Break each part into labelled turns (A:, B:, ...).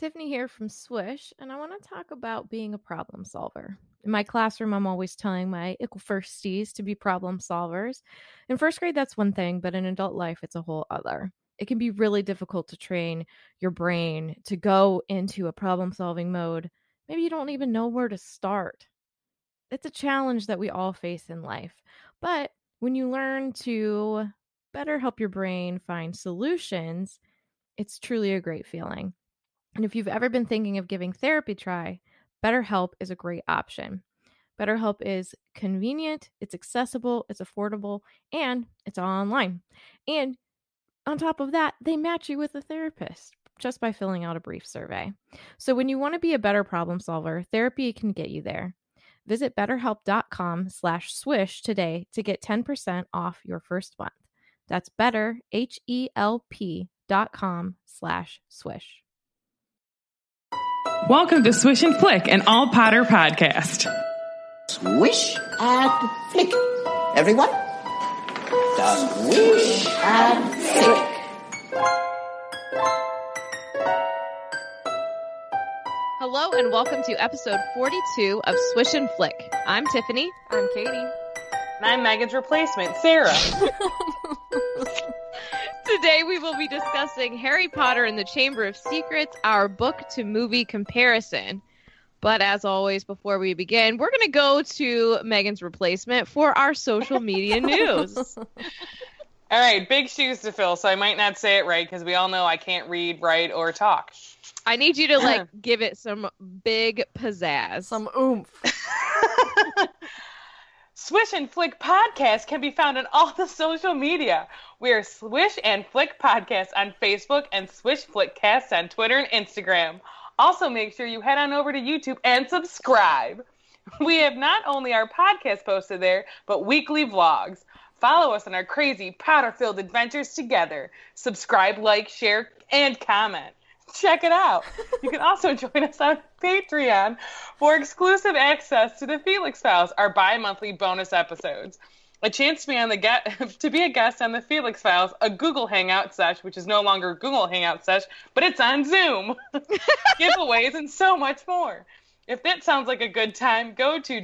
A: Tiffany here from Swish, and I want to talk about being a problem solver. In my classroom, I'm always telling my ickle firsties to be problem solvers. In first grade, that's one thing, but in adult life, it's a whole other. It can be really difficult to train your brain to go into a problem solving mode. Maybe you don't even know where to start. It's a challenge that we all face in life. But when you learn to better help your brain find solutions, it's truly a great feeling. And if you've ever been thinking of giving therapy a try, BetterHelp is a great option. BetterHelp is convenient, it's accessible, it's affordable, and it's all online. And on top of that, they match you with a therapist just by filling out a brief survey. So when you want to be a better problem solver, therapy can get you there. Visit betterhelp.com slash swish today to get 10% off your first month. That's better, H-E-L-P dot com slash swish.
B: Welcome to Swish and Flick, an all Potter podcast.
C: Swish and flick. Everyone? Swish and flick.
A: Hello and welcome to episode 42 of Swish and Flick. I'm Tiffany.
D: I'm Katie. And I'm Megan's replacement, Sarah.
A: Today we will be discussing Harry Potter and the Chamber of Secrets, our book to movie comparison. But as always, before we begin, we're going to go to Megan's replacement for our social media news.
D: All right, big shoes to fill, so I might not say it right because we all know I can't read, write, or talk.
A: I need you to like give it some big pizzazz.
E: Some oomph.
D: Swish and Flick Podcast can be found on all the social media. We are Swish and Flick Podcast on Facebook and Swish Flickcast on Twitter and Instagram. Also, make sure you head on over to YouTube and subscribe. We have not only our podcast posted there, but weekly vlogs. Follow us on our crazy powder filled adventures together. Subscribe, like, share, and comment. Check it out. You can also join us on Patreon for exclusive access to the Felix Files, our bi-monthly bonus episodes. A chance to be on the get to be a guest on the Felix Files, a Google Hangout sesh, which is no longer Google Hangout sesh, but it's on Zoom. Giveaways and so much more. If that sounds like a good time, go to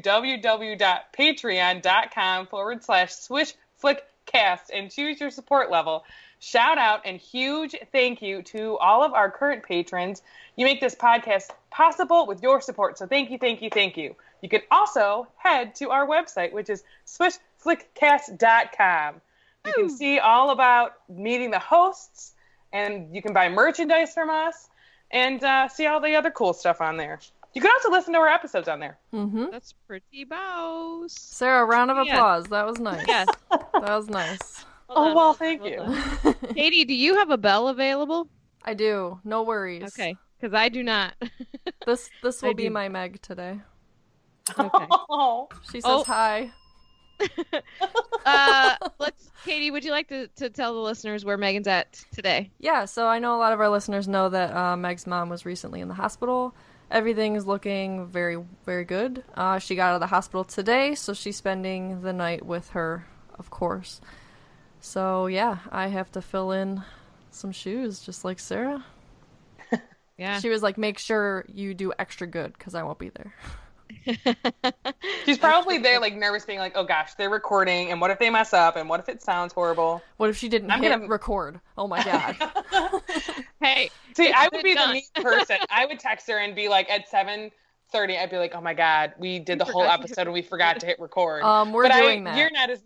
D: www.patreon.com forward slash swish flick cast and choose your support level. Shout out and huge thank you to all of our current patrons. You make this podcast possible with your support. So thank you, thank you, thank you. You can also head to our website, which is swishflickcast.com. You can see all about meeting the hosts, and you can buy merchandise from us and uh, see all the other cool stuff on there. You can also listen to our episodes on there.
E: hmm
A: That's pretty boss.
E: Sarah, round of
A: Yeah.
E: applause. That was nice.
A: Yes.
E: That was nice.
D: oh, well, thank you.
A: Katie, do you have a bell available?
E: I do. No worries.
A: Okay, because I do not.
E: This this
A: I
E: will be
A: do.
E: my Meg today.
A: okay.
D: Oh,
E: She says
A: Oh.
E: hi.
A: Uh, let's. Katie, would you like to, to tell the listeners where Megan's at today?
E: Yeah, so I know a lot of our listeners know that uh, Meg's mom was recently in the hospital. Everything is looking very, very good. Uh, she got out of the hospital today, so she's spending the night with her, of course. So, yeah, I have to fill in some shoes, just like Sarah.
A: Yeah.
E: She was like, make sure you do extra good, because I won't be there.
D: She's probably there, like nervous, being like, "Oh gosh, they're recording, and what if they mess up, and what if it sounds horrible?"
E: What if she didn't
D: I'm
E: hit
D: gonna-
E: record? Oh my god.
A: hey,
D: See, I
A: good
D: would be
A: done.
D: the mean person. I would text her and be like, at seven thirty, I'd be like, "Oh my god, we did the whole
A: forgot to hit
D: episode and we forgot to hit record."
E: um, we're
D: but
E: doing
D: I,
E: that.
D: You're not as.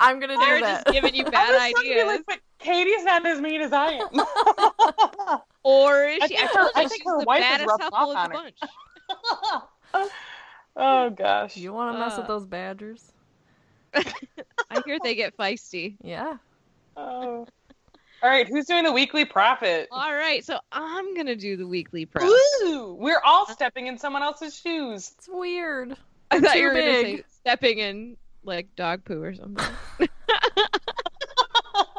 E: I'm gonna do
A: they're
E: that.
A: just giving you
D: I
A: bad
D: was trying to be
A: ideas.
D: like, but Katie's not as mean as I am.
A: or is
D: I
A: she? I,
D: think
A: told
D: her-
A: you
D: I think
A: she's
D: her
A: the
D: wife has
A: baddest
D: rubbed
A: couple of
D: off on Oh,
A: the
D: her.
A: bunch.
D: oh gosh.
E: You want to mess with
A: Uh.
E: those badgers?
A: I hear they get feisty.
E: Yeah.
D: Oh. All right, who's doing the weekly profit?
A: All right, so I'm gonna do the weekly pro.
D: Ooh, we're all stepping in someone else's shoes.
E: It's weird.
A: I thought
E: too
A: you were gonna say
E: big.
A: stepping in like dog poo or something.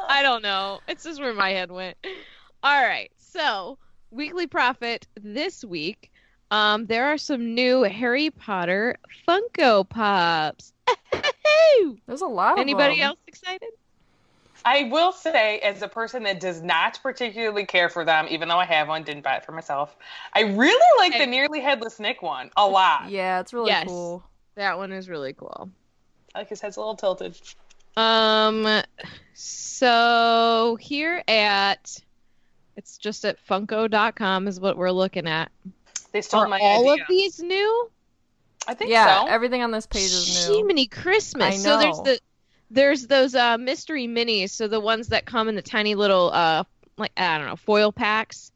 A: I don't know. It's just where my head went. All right. So, weekly profit this week. Um, there are some new Harry Potter Funko Pops.
E: There's a lot of
A: Anybody
E: them.
A: else excited?
D: I will say, as a person that does not particularly care for them, even though I have one, didn't buy it for myself. I really like the
A: Hey.
D: nearly headless Nick one a lot.
E: Yeah, it's really
A: Yes.
E: cool.
A: That one is really cool.
D: I Like his head's a little tilted.
A: Um, so here at it's just at funko.com is what we're looking at.
D: They stole
A: Are
D: my
A: all
D: idea.
A: of these new?
D: I think
E: Yeah,
D: so.
E: everything on this page is new.
A: Jiminy Christmas.
E: I
A: So there's
E: know.
A: the there's those uh mystery minis, so the ones that come in the tiny little uh like I don't know, foil packs.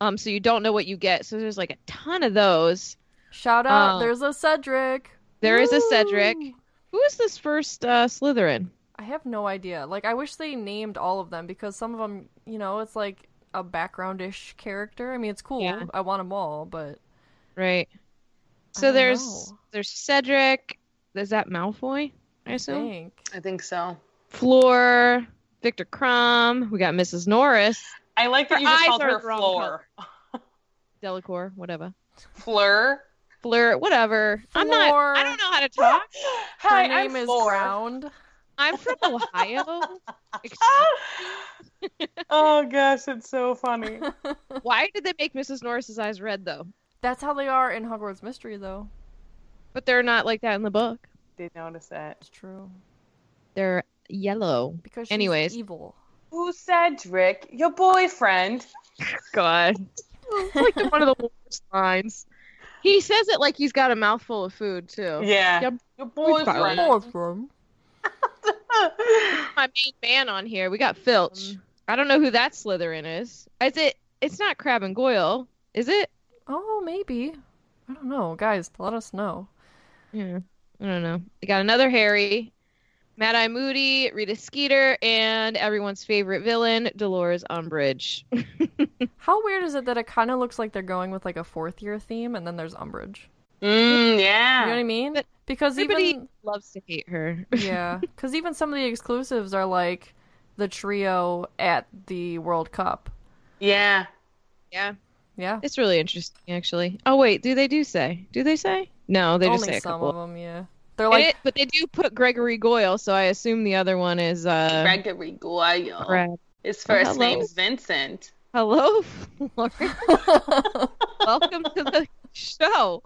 A: Um so you don't know what you get. So there's like a ton of those.
E: Shout out.
A: Oh.
E: There's a Cedric.
A: There is a Cedric.
E: Woo!
A: Who is this first uh Slytherin?
E: I have no idea. Like, I wish they named all of them because some of them, you know, it's like a backgroundish character. I mean, it's cool.
A: Yeah.
E: I want them all, but
A: Right.
E: I
A: So
E: don't
A: there's
E: know.
A: there's Cedric. Is that Malfoy? I
E: I
A: assume.
E: think
D: I think so.
A: Floor. Victor Crumb. We got Mrs. Norris.
D: I like that
A: Her
D: you just
A: eyes
D: called
A: are
D: her
A: the wrong
D: floor.
A: Delacour. Whatever.
D: Fleur.
A: Fleur. Whatever. I'm not. I
E: Floor.
A: don't know how to talk.
D: Hi,
E: her name
D: I'm
E: is
D: Fleur.
E: Ground.
A: I'm from Ohio. Ex-
D: oh gosh, it's so funny.
A: Why did they make Mrs. Norris's eyes red though?
E: That's how they are in Hogwarts Mystery, though.
A: But they're not like that in the book.
D: Did notice that.
E: It's true
A: They're yellow.
E: because she's
A: Anyways.
E: evil.
D: Who Cedric? Your boyfriend.
A: God. It's like the- one of the worst lines. He says it like he's got a mouthful of food too.
D: Yeah.
A: Yep.
D: Your
A: boyfriend.
D: boyfriend.
E: All of them.
A: my main man on here. We got Filch.
E: Mm.
A: I don't know who that Slytherin is. Is it? It's not Crab and Goyle, is it?
E: Oh, maybe. I don't know, guys. Let us know.
A: Yeah. I don't know. We got another Harry, Mad Eye Moody, Rita Skeeter, and everyone's favorite villain, Dolores Umbridge.
E: How weird is it that it kind of looks like they're going with like a fourth year theme, and then there's Umbridge.
D: Mm,
E: You know what
D: yeah.
E: I mean? Because
A: Everybody
E: even
A: loves to hate her.
E: yeah, because even some of the exclusives are like the trio at the World Cup.
D: Yeah.
A: Yeah,
E: Yeah,
A: it's really interesting, actually. Oh wait, do they do say? Do they say? No, they just
E: only
A: say a
E: some
A: couple.
E: of them. Yeah, they're
A: And
E: like
A: it- but they do put Gregory Goyle, so I assume the other one is uh.
D: Gregory Goyle.
A: Crab.
D: His first
A: Hello.
D: name's Vincent.
A: Hello, Flora. welcome to the show.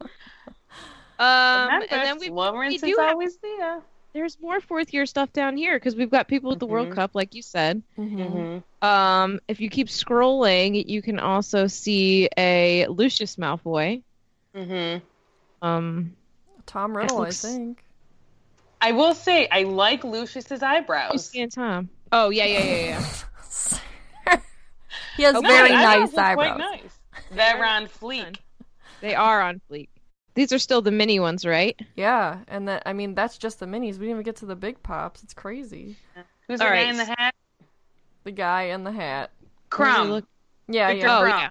A: Um,
D: Remember,
A: and then we
D: Florence
A: we
D: is
A: do have-
D: always there.
A: there's more fourth year stuff down here because we've got people with the World
D: Mhm.
A: Cup, like you said.
D: Mm-hmm.
E: mhm.
A: Um, if you keep scrolling, you can also see a Lucius Malfoy.
D: Mm-hmm.
A: Um,
E: Tom Riddle,
A: looks-
E: I think.
D: I will say I like Lucius's eyebrows.
A: Lucy and Tom. Oh yeah, yeah, yeah, yeah.
E: he has
A: Okay,
E: very
D: I thought it
E: nice
D: was Quite
E: eyebrows.
D: nice. They're on
A: Fun.
D: fleek.
A: They are on fleek. These are still the mini ones, right?
E: Yeah, and that I mean that's just the minis. We didn't even get to the big pops. It's crazy.
D: Who's
A: All
D: the
A: right.
D: guy in the hat?
E: The guy in the hat.
A: Let
D: Crumb.
A: me look-
E: Yeah,
D: Victor
E: yeah.
A: Oh
D: Crumb.
A: yeah,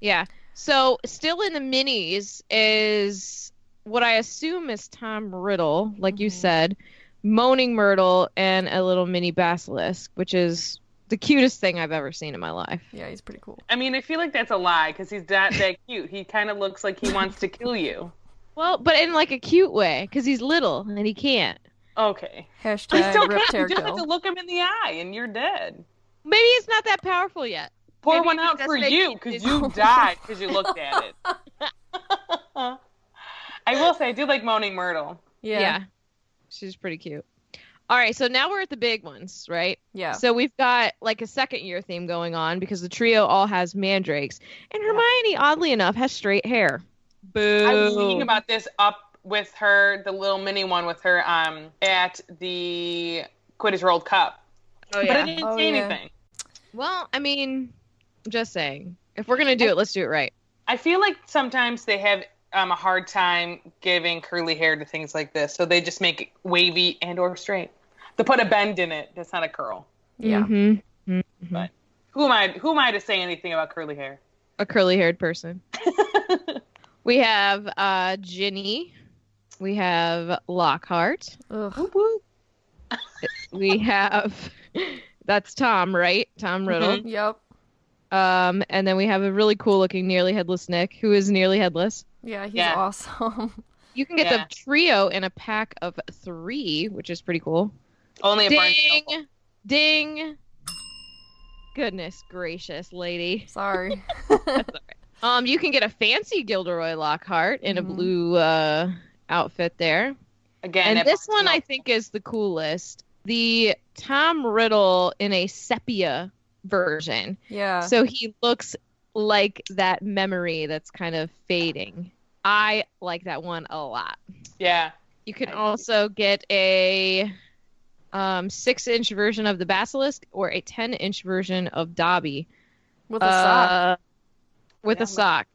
A: yeah. So still in the minis is what I assume is Tom Riddle, like you
E: Mhm.
A: said, Moaning Myrtle, and a little mini basilisk, which is the cutest thing I've ever seen in my life.
E: Yeah, he's pretty cool.
D: I mean, I feel like that's a lie because he's not that cute. He kind of looks like he wants to kill you.
A: Well, but in like a cute way, because he's little and he can't.
D: Okay. You
E: Hashtag
D: still
E: rip
D: can't.
E: tear
D: You just have to
E: kill.
D: look him in the eye and you're dead.
A: Maybe it's not that powerful yet.
D: Pour
A: Maybe
D: one
A: he's
D: out
A: just
D: for
A: making
D: you
A: it
D: because
A: his-
D: you died because you looked at it. I will say, I do like Moaning Myrtle.
E: Yeah.
A: yeah.
E: Yeah.
A: She's pretty cute. All right, so now we're at the big ones, right?
E: Yeah.
A: So we've got like a second year theme going on because the trio all has mandrakes, and Hermione, oddly enough, has straight hair. Boo!
D: I was thinking about this up with her, the little mini one with her um at the Quidditch World Cup.
A: oh,
D: But I didn't
E: Oh,
D: say
E: yeah.
D: anything.
A: Well, I mean, just saying. If we're gonna do it, let's do it right.
D: I feel like sometimes they have um, a hard time giving curly hair to things like this, so they just make it wavy and or straight. They put a bend in it. That's not a curl.
E: Yeah.
A: Mhm.
D: Who am I? Who am I to say anything about curly hair?
A: A curly haired person. we have uh, Ginny. We have Lockhart.
E: Ugh.
A: We have. That's Tom, right?
D: Mm-hmm.
A: Tom Riddle.
E: Yep.
A: Um, and then we have a really cool looking nearly headless Nick, who is nearly headless.
E: Yeah, he's
D: Yeah.
E: awesome.
A: You can get
D: Yeah.
A: the trio in a pack of three, which is pretty cool.
D: Only a Barnes
A: Ding!
D: Noble.
A: Ding! Goodness gracious, lady.
E: Sorry.
A: Um, you can get a fancy Gilderoy Lockhart in a
E: Mhm.
A: blue uh outfit there.
D: Again,
A: And
D: at
A: this
D: Barnes
A: one I
D: Noble.
A: think is the coolest. The Tom Riddle in a sepia version.
E: Mm-hmm. Yeah.
A: So he looks like that memory that's kind of fading. I like that one a lot.
D: Yeah.
A: You can
D: I see.
A: also get a um, six inch version of the Basilisk or a 10 inch version of Dobby.
E: With a sock.
A: Uh, With
D: Yeah.
A: a sock.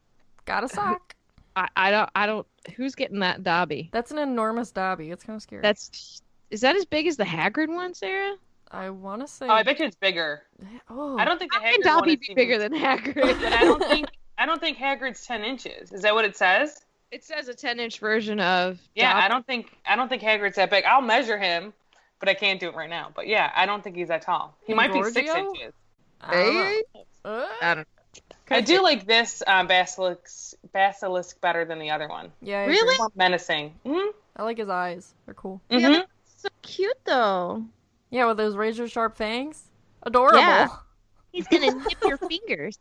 E: Got a sock.
A: I, I don't, I don't, who's getting that Dobby?
E: That's an enormous Dobby. It's kind of scary.
A: That's, is that as big as the Hagrid one, Sarah?
E: I want to say.
D: Oh, I bet you it's bigger.
E: Oh.
D: I don't think the
A: How can
D: Hagrid one
A: Dobby
D: is
A: be
D: even-
A: bigger than Hagrid?
D: But I don't think I don't think Hagrid's ten inches. Is that what it says?
A: it says a 10 inch version of
D: Yeah,
A: Dobby.
D: I don't think I don't think Hagrid's that big. I'll measure him, but I can't do it right now. But yeah, I don't think he's that tall. He might be six
E: Gorgio?
D: inches.
E: I don't know.
A: I
E: Uh,
A: don't
D: I do like this um, basilisk basilisk better than the other one.
E: yeah. I agree.
A: Really?
D: More menacing. hmm
E: I like his eyes. They're cool.
A: The
D: hmm
A: other- So cute though.
E: Yeah, with those razor sharp fangs. Adorable.
A: Yeah. He's gonna nip your fingers.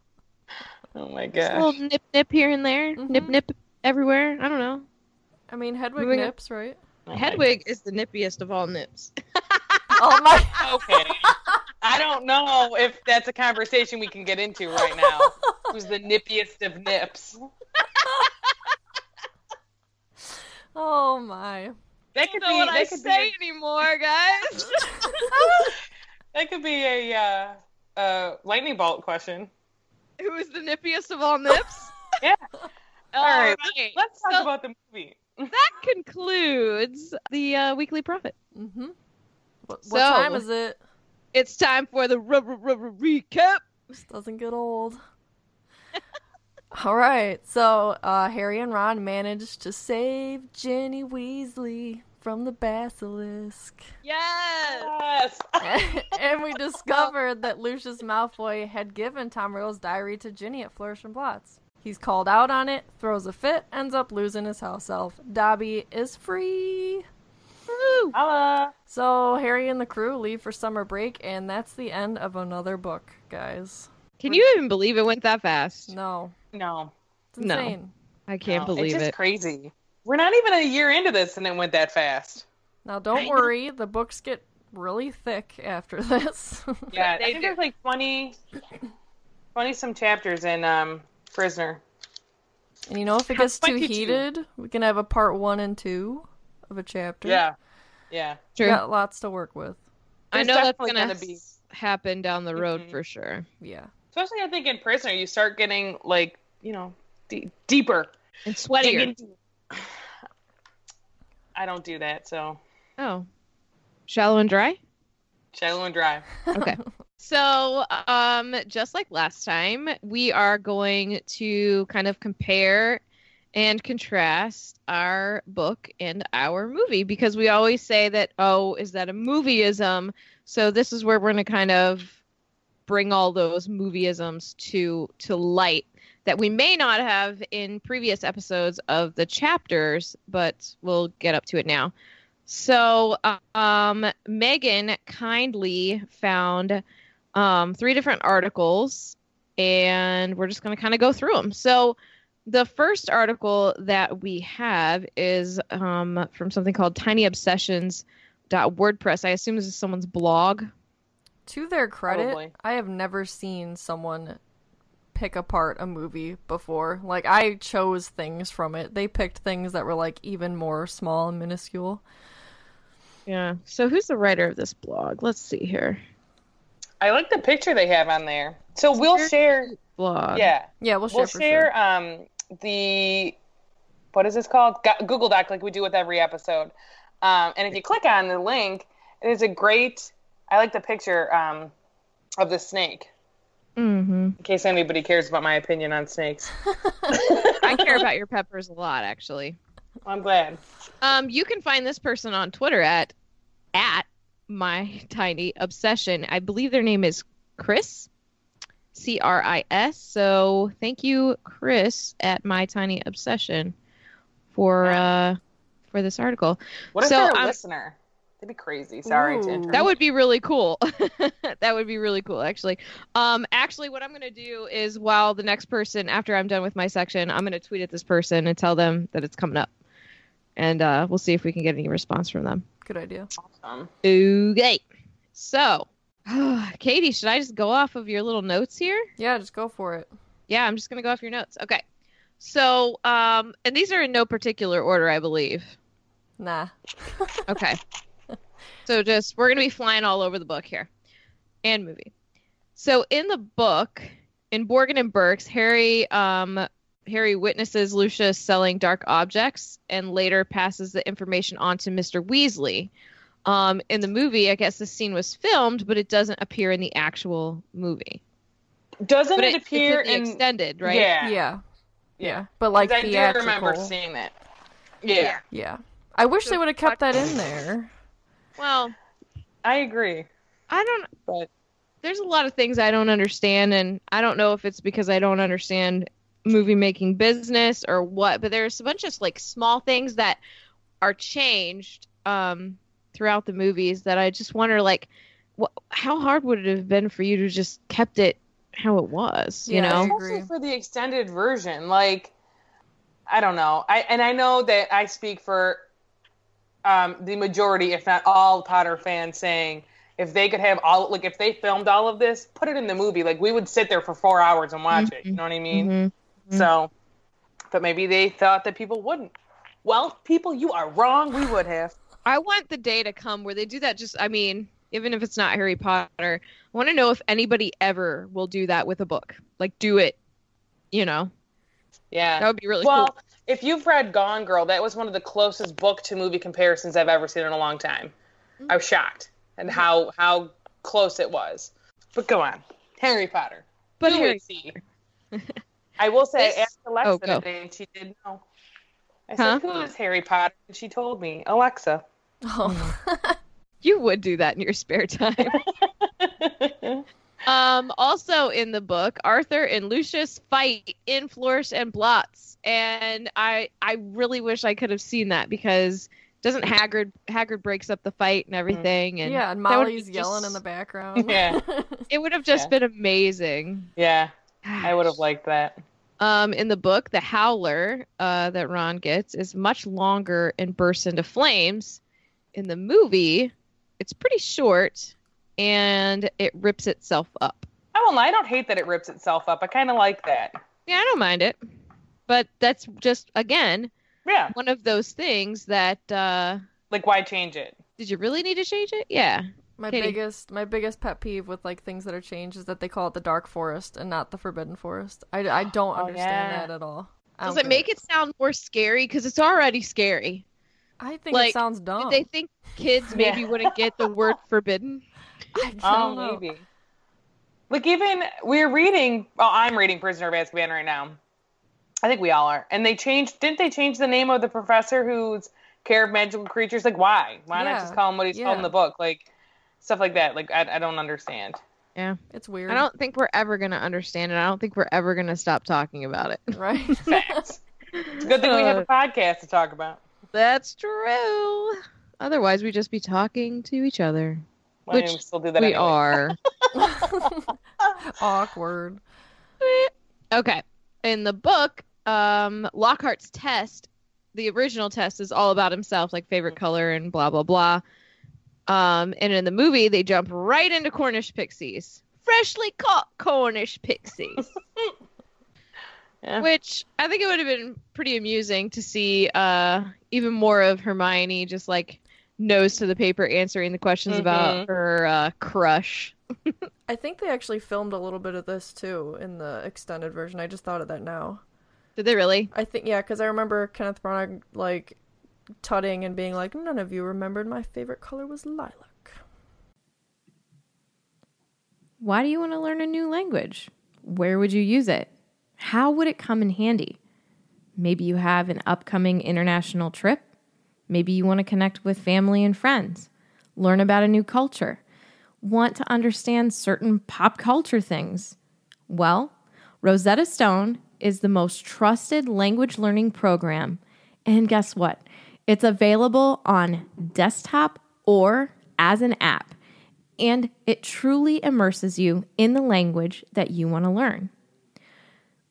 D: Oh my
A: Just a
D: gosh.
A: little nip nip here and there, nip
E: Mhm.
A: nip everywhere. I don't know.
E: I mean, Hedwig
A: Moving on.
E: nips, right?
A: Hedwig is the nippiest of all nips.
E: Oh my.
D: Okay. I don't know if that's a conversation we can get into right now. Who's the nippiest of nips?
E: Oh my.
D: That could be. that could be a-
A: anymore, guys.
D: That could be a uh, uh, lightning bolt question.
A: Who is the nippiest of all nips?
D: Yeah.
A: All
D: right,
A: right.
D: Let's talk
A: So-
D: about the movie.
A: that concludes the uh, weekly profit.
E: Mhm. What, what
A: Mm-hmm. So-
E: time is it?
A: It's time for the r- r- r- recap.
E: This doesn't get old. All right, so uh, Harry and Ron managed to save Ginny Weasley from the basilisk,
A: Yes.
D: Yes.
E: and we discovered that Lucius Malfoy had given Tom Riddle's diary to Ginny at Flourish and Blots. He's called out on it, throws a fit, ends up losing his house elf. Dobby is free.
A: Woo.
D: Holla.
E: So Harry and the crew leave for summer break, and that's the end of another book, guys.
A: Can you even believe it went that fast?
E: No,
D: No.
E: it's
A: No.
E: insane.
A: I can't
D: no.
A: believe
D: It's just
A: it.
D: crazy. We're not even a year into this and it went that fast.
E: Now don't
D: Kinda.
E: worry, the books get really thick after this.
D: Yeah.
A: They
D: I think
A: do.
D: there's like 20, 20 some chapters in um, Prisoner.
E: and you know, if it gets too
D: 22.
E: heated, we can have a part one and two of a chapter.
D: Yeah. Yeah.
E: we
A: Sure.
E: got lots to work with.
A: I
D: There's
A: know that's
D: definitely
A: gonna,
D: gonna be-
A: s- happen down the road
D: Mhm.
A: for sure.
E: Yeah,
D: Especially, I think, in Prisoner, you start getting like, you know, de- deeper.
A: And sweatier.
D: Digging deep. I don't do that, so
A: Oh, shallow and dry.
D: shallow and dry.
A: Okay. so, um, just like last time, we are going to kind of compare and contrast our book and our movie because we always say that, oh, is that a movieism? So this is where we're going to kind of bring all those movieisms to to light that we may not have in previous episodes of the chapters, but we'll get up to it now. So, um, Megan kindly found um, three different articles, and we're just going to kind of go through them. So, the first article that we have is um, from something called tinyobsessions.wordpress. I assume this is someone's blog.
E: To their credit,
D: Probably.
E: I have never seen someone pick apart a movie before. Like I chose things from it. They picked things that were like even more small and minuscule.
A: Yeah. So, who's the writer of this blog? Let's see here.
D: I like the picture they have on there. So we'll share.
A: Blog.
D: Yeah,
E: Yeah, we'll share
D: we'll
E: for
D: share um, the what is this called? Go- Google Doc, like we do with every episode. Um, and if you click on the link, it is a great. I like the picture um, of the snake.
F: Mm-hmm.
D: In case anybody cares about my opinion on snakes,
A: I care about your peppers a lot, actually.
D: I'm glad.
A: Um, you can find this person on Twitter at at my tiny obsession. I believe their name is Chris, C R I S. So thank you, Chris, at my tiny obsession, for uh, for this article.
D: What if
A: So,
D: they're a
A: I'm-
D: listener? That'd be crazy. Sorry
E: Ooh.
D: to interrupt.
A: That would be really cool. that would be really cool, actually. Um, actually, what I'm gonna do is while the next person, after I'm done with my section, I'm gonna tweet at this person and tell them that it's coming up, and uh, we'll see if we can get any response from them.
E: Good idea.
D: Um,
A: Okay. So, Katie, should I just go off of your little notes here?
E: Yeah, just go for it.
A: Yeah, I'm just going to go off your notes. Okay. So, um, and these are in no particular order, I believe.
E: Nah.
A: Okay. so, just we're going to be flying all over the book here and movie. So, in the book, in Borgin and Burke's, Harry, um, Harry witnesses Lucius selling dark objects and later passes the information on to Mr. Weasley. Um, in the movie, I guess this scene was filmed, but it doesn't appear in the actual movie.
D: Doesn't
A: But
D: it,
A: it, it's in
D: appear
A: the
D: in?
A: extended, right?
D: Yeah.
E: Yeah. Yeah.
D: Yeah.
E: But like
D: 'Cause I do
E: theatrical.
D: remember seeing it. yeah.
E: yeah. I wish they would have kept that in there.
A: Well,
D: I agree.
A: I don't.
D: But-
A: there's a lot of things I don't understand, and I don't know if it's because I don't understand movie making business or what. But there's a bunch of like small things that are changed um, throughout the movies that I just wonder, like, what, how hard would it have been for you to just kept it how it was? You
E: Yeah.
A: know?
D: especially
E: agree.
D: for the extended version like i don't know i and i know that i speak for um, the majority if not all potter fans saying if they could have all like if they filmed all of this put it in the movie like we would sit there for four hours and watch it you know what i mean
A: Mhm.
D: so but maybe they thought that people wouldn't well people you are wrong we would have
A: I want the day to come where they do that. Just, I mean, even if it's not Harry Potter, I want to know if anybody ever will do that with a book. Like, do it. You know,
D: yeah
A: that would be really
D: well
A: cool.
D: if you've read gone girl that was one of the closest book to movie comparisons i've ever seen in a long time i was shocked
A: Mm-hmm.
D: and how how close it was but go on harry potter
A: But
D: Who
A: Harry,
D: is he? i will say
A: This-
D: asked alexa
A: Oh, go.
D: today and she didn't know i
A: Huh?
D: said who is harry potter and she told me alexa
E: Oh.
A: you would do that in your spare time. um, also in the book, Arthur and Lucius fight in Flourish and Blots, and I I really wish I could have seen that because doesn't Hagrid Hagrid breaks up the fight and everything, and
E: yeah, and
A: that would be
E: Molly's yelling
A: just-
E: in the background.
D: Yeah.
A: It would have just
D: Yeah.
A: been amazing.
D: yeah i would have liked that
A: Um, in the book, the howler uh, that Ron gets is much longer and bursts into flames. In the movie, it's pretty short and it rips itself up.
D: i won't lie i don't hate that it rips itself up i kind of like that
A: Yeah, I don't mind it. But that's just, again,
D: yeah
A: one of those things that, uh,
D: like why change it
A: did you really need to change it? Yeah.
E: My
A: Katie.
E: biggest my biggest pet peeve with like things that are changed is that they call it the dark forest and not the forbidden forest. I, I don't understand
D: Oh, yeah.
E: that at all. I
A: Does
E: don't
A: it
E: get
A: make it sound more scary? Because it's already scary.
E: I think
A: like,
E: it sounds dumb.
A: Did they think kids maybe
D: Yeah.
A: wouldn't get the word forbidden?
E: I don't
D: Oh,
E: know.
D: maybe. Like even we're reading. Well, I'm reading Prisoner of Azkaban right now. I think we all are. And they changed. Didn't they change the name of the professor who's care of magical creatures? Like why? Why not
E: Yeah,
D: just call him what he's called in
E: yeah.
D: the book? Like stuff like that. Like I, I don't understand.
E: It's weird.
A: I don't think we're ever going to understand it. I don't think we're ever going to stop talking about it.
E: right?
D: Facts. it's a good thing we
E: Uh,
D: have a podcast to talk about.
A: That's true. Otherwise, we'd just be talking to each other.
D: Well, I mean,
A: Which
D: we still do that.
A: we
D: anyway.
A: are.
E: Awkward.
A: okay. In the book, um, Lockhart's test, the original test, is all about himself, like favorite color and blah, blah, blah. Um, and in the movie, they jump right into Cornish pixies. Freshly caught Cornish pixies.
D: Yeah.
A: Which I think it would have been pretty amusing to see uh, even more of Hermione just like nose to the paper answering the questions about her uh, crush.
E: I think they actually filmed a little bit of this too in the extended version. I just thought of that now. Did they really?
G: I think yeah, because I remember Kenneth Branagh like tutting and being like, "None of you remembered my favorite color was lilac."
A: Why do you want to learn a new language? Where would you use it? How would it come in handy? Maybe you have an upcoming international trip. Maybe you want to connect with family and friends, learn about a new culture, want to understand certain pop culture things. Well, Rosetta Stone is the most trusted language learning program. And guess what? It's available on desktop or as an app and it truly immerses you in the language that you want to learn.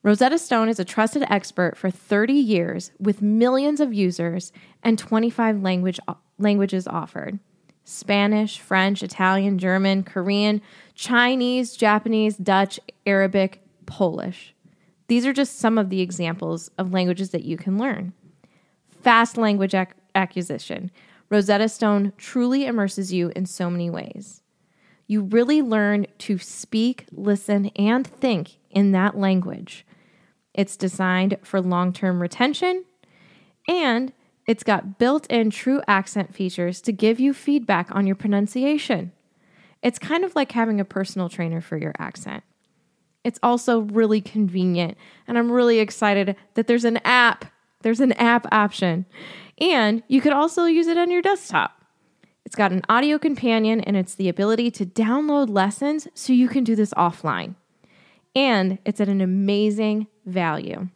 A: Rosetta Stone is a trusted expert for 30 years with millions of users and 25 language, languages offered Spanish, French, Italian, German, Korean, Chinese, Japanese, Dutch, Arabic, Polish. These are just some of the examples of languages that you can learn. Fast language ac- acquisition. Rosetta Stone truly immerses you in so many ways. You really learn to speak, listen, and think in that language. It's designed for long term retention and it's got built in true accent features to give you feedback on your pronunciation. It's kind of like having a personal trainer for your accent. It's also really convenient, and I'm really excited that there's an app. There's an app option. And you could also use it on your desktop. It's got an audio companion and it's the ability to download lessons so you can do this offline. And it's at an amazing value.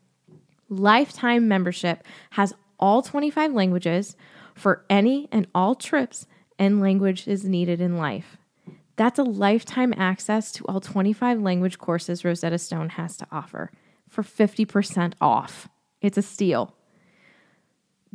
A: Lifetime membership has all 25 languages for any and all trips and languages needed in life. That's a lifetime access to all 25 language courses Rosetta Stone has to offer for 50% off. It's a steal.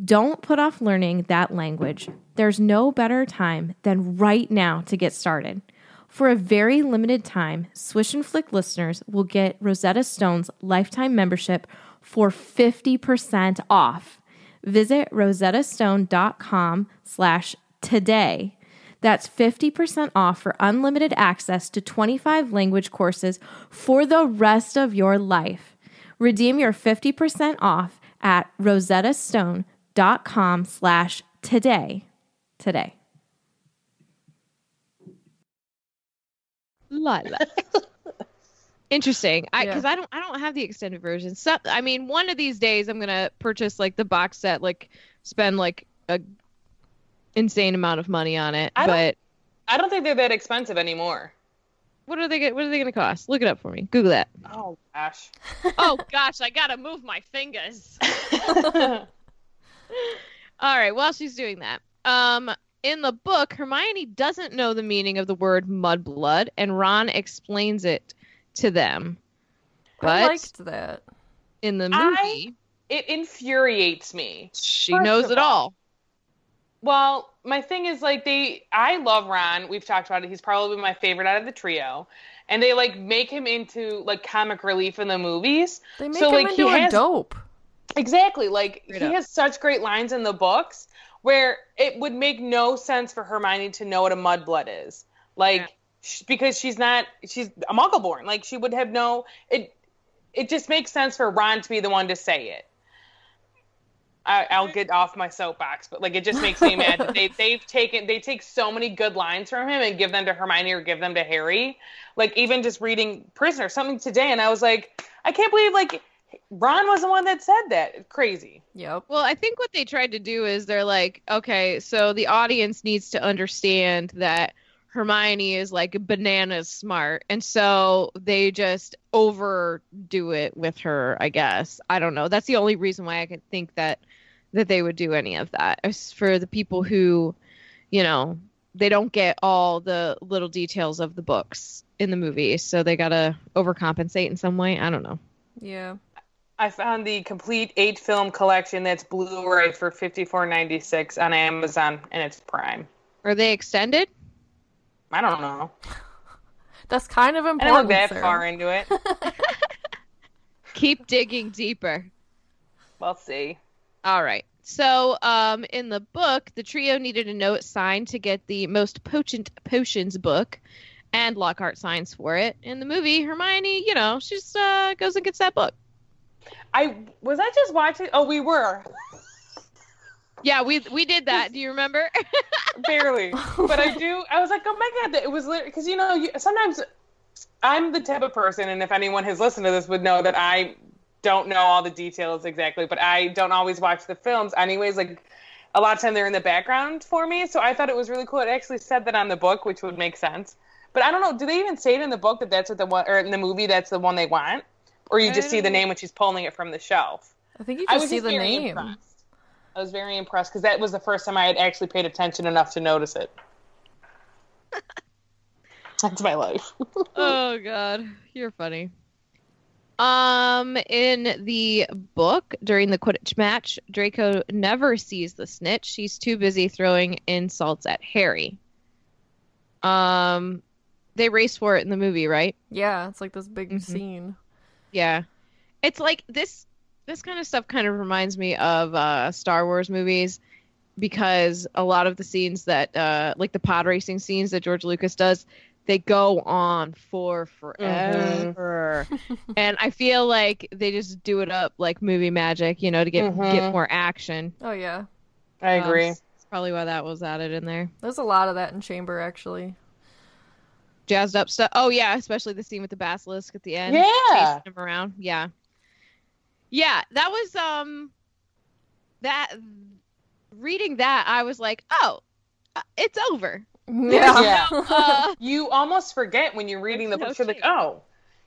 A: Don't put off learning that language. There's no better time than right now to get started. For a very limited time, Swish and Flick listeners will get Rosetta Stone's lifetime membership for 50% off. Visit rosettastone.com slash today. That's 50% off for unlimited access to 25 language courses for the rest of your life. Redeem your 50% off at rosettastone.com dot com slash today today
E: Lila. Interesting. I
G: Yeah.
E: because I don't I don't have the extended version. So, I mean, one of these days I'm gonna purchase like the box set, like spend like a insane amount of money on it.
D: I don't-
E: but
D: I don't think they're that expensive anymore.
E: what are they gonna- what are they gonna cost? Look it up for me. Google that.
D: Oh gosh.
E: oh gosh, I gotta move my fingers. All right, while she's doing that, um, in the book, Hermione doesn't know the meaning of the word mudblood, and Ron explains it to them.
G: I
E: But
G: liked that.
E: in the
D: I-
E: movie,
D: it infuriates me.
E: she
D: First
E: knows
D: of
E: it
D: all-
E: all.
D: Well, my thing is like they I love Ron. We've talked about it. He's probably my favorite out of the trio. And they like make him into like comic relief in the movies.
G: They make
D: So,
G: him
D: like, he
G: into a
D: has-
G: dope.
D: Exactly. Like
E: Straight
D: he
E: up.
D: has such great lines in the books where it would make no sense for Hermione to know what a mudblood is. Like
E: Yeah.
D: sh- because she's not she's a muggleborn. Like she would have no it it just makes sense for Ron to be the one to say it. I, I'll get off my soapbox, but like it just makes me mad that they they've taken they take so many good lines from him and give them to Hermione or give them to Harry. Like even just reading Prisoner something today, and I was like, I can't believe like Ron was the one that said that. Crazy.
G: Yep.
E: Well, I think what they tried to do is they're like, okay, so the audience needs to understand that Hermione is like bananas smart, and so they just overdo it with her. I guess I don't know. That's the only reason why I could think that that they would do any of that is for the people who, you know, they don't get all the little details of the books in the movie, so they gotta overcompensate in some way. I don't know.
G: Yeah.
D: I found the complete eight film collection that's Blu-ray for fifty four ninety six on Amazon and it's Prime.
E: Are they extended?
D: I don't know.
G: That's kind of
D: I didn't look
G: important.
D: that
G: Sarah.
D: far into it.
E: Keep digging deeper.
D: we'll see.
E: All right. So, um, in the book, the trio needed a note signed to get the most potent potions book, and Lockhart signs for it. In the movie, Hermione, you know, she just uh, goes and gets that book.
D: I was I just watching. Oh, we were
A: Yeah, we we did that. Do you remember?
D: barely, but I do. I was like, oh my god, that it was because you know you, sometimes I'm the type of person, and if anyone has listened to this, would know that I don't know all the details exactly, but I don't always watch the films. Anyways, like a lot of time they're in the background for me, so I thought it was really cool. It actually said that on the book, which would make sense. But I don't know. Do they even say it in the book that that's what the one, or in the movie that's the one they want, or you just see the name when she's pulling it from the shelf?
E: I think you
D: I
E: can
D: was
E: see
D: just
E: the
D: very
E: name.
D: Impressed. I was very impressed because that was the first time I had actually paid attention enough to notice it. That's my life.
A: oh god, you're funny. Um, in the book, during the Quidditch match, Draco never sees the snitch. He's too busy throwing insults at Harry. Um, they race for it in the movie, right?
E: Yeah, it's like this big
A: Mhm.
E: scene.
A: Yeah. It's like this this kind of stuff kind of reminds me of uh Star Wars movies because a lot of the scenes that uh like the pod racing scenes that George Lucas does, they go on for
D: Mm-hmm.
A: forever. and I feel like they just do it up like movie magic, you know, to get
D: Mhm.
A: get more action.
E: Oh yeah,
D: I
A: Um,
D: agree.
A: that's probably why that was added in there.
E: there's a lot of that in Chamber actually.
A: Jazzed up stuff. Oh yeah, especially the scene with the basilisk at the end.
D: yeah.
A: chasing him around. Yeah. Yeah, that was um that reading that I was like, "Oh, uh, it's over."
E: Yeah.
D: Yeah.
A: Uh,
D: You almost forget when you're reading the
A: There's no
D: book. You're like,
A: shame.
D: oh,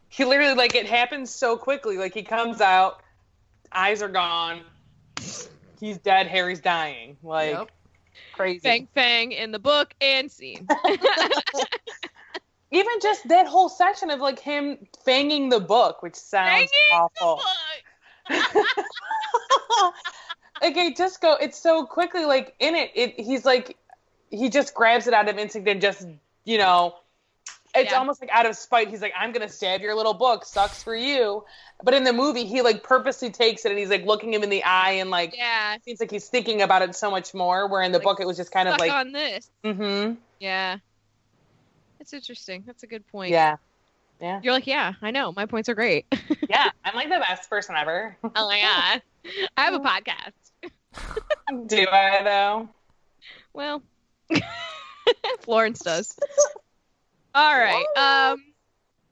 D: he literally like it happens so quickly. Like he comes out, eyes are gone, he's dead. Harry's dying. Like
E: Yep.
D: crazy.
A: fang fang in the book and scene.
D: Even just that whole section of like him fanging the book, which sounds
A: Fanging the
D: awful.
A: Look,
D: like it just go it's so quickly like in it, it he's like he just grabs it out of instinct and just you know it's
A: Yeah.
D: almost like out of spite he's like i'm gonna stab your little book sucks for you but in the movie he like purposely takes it and he's like looking him in the eye and like
A: yeah.
D: it seems like he's thinking about it so much more where in the
A: Like,
D: book it was just kind of
A: Suck
D: like
A: on this.
D: mm-hmm
A: Yeah. That's interesting. That's a good point.
D: yeah
A: You're like, "Yeah, I know. My points are great."
D: yeah i'm like the best person ever
A: oh my god. I have a podcast.
D: do i though
A: Well, Florence does. All right. Um,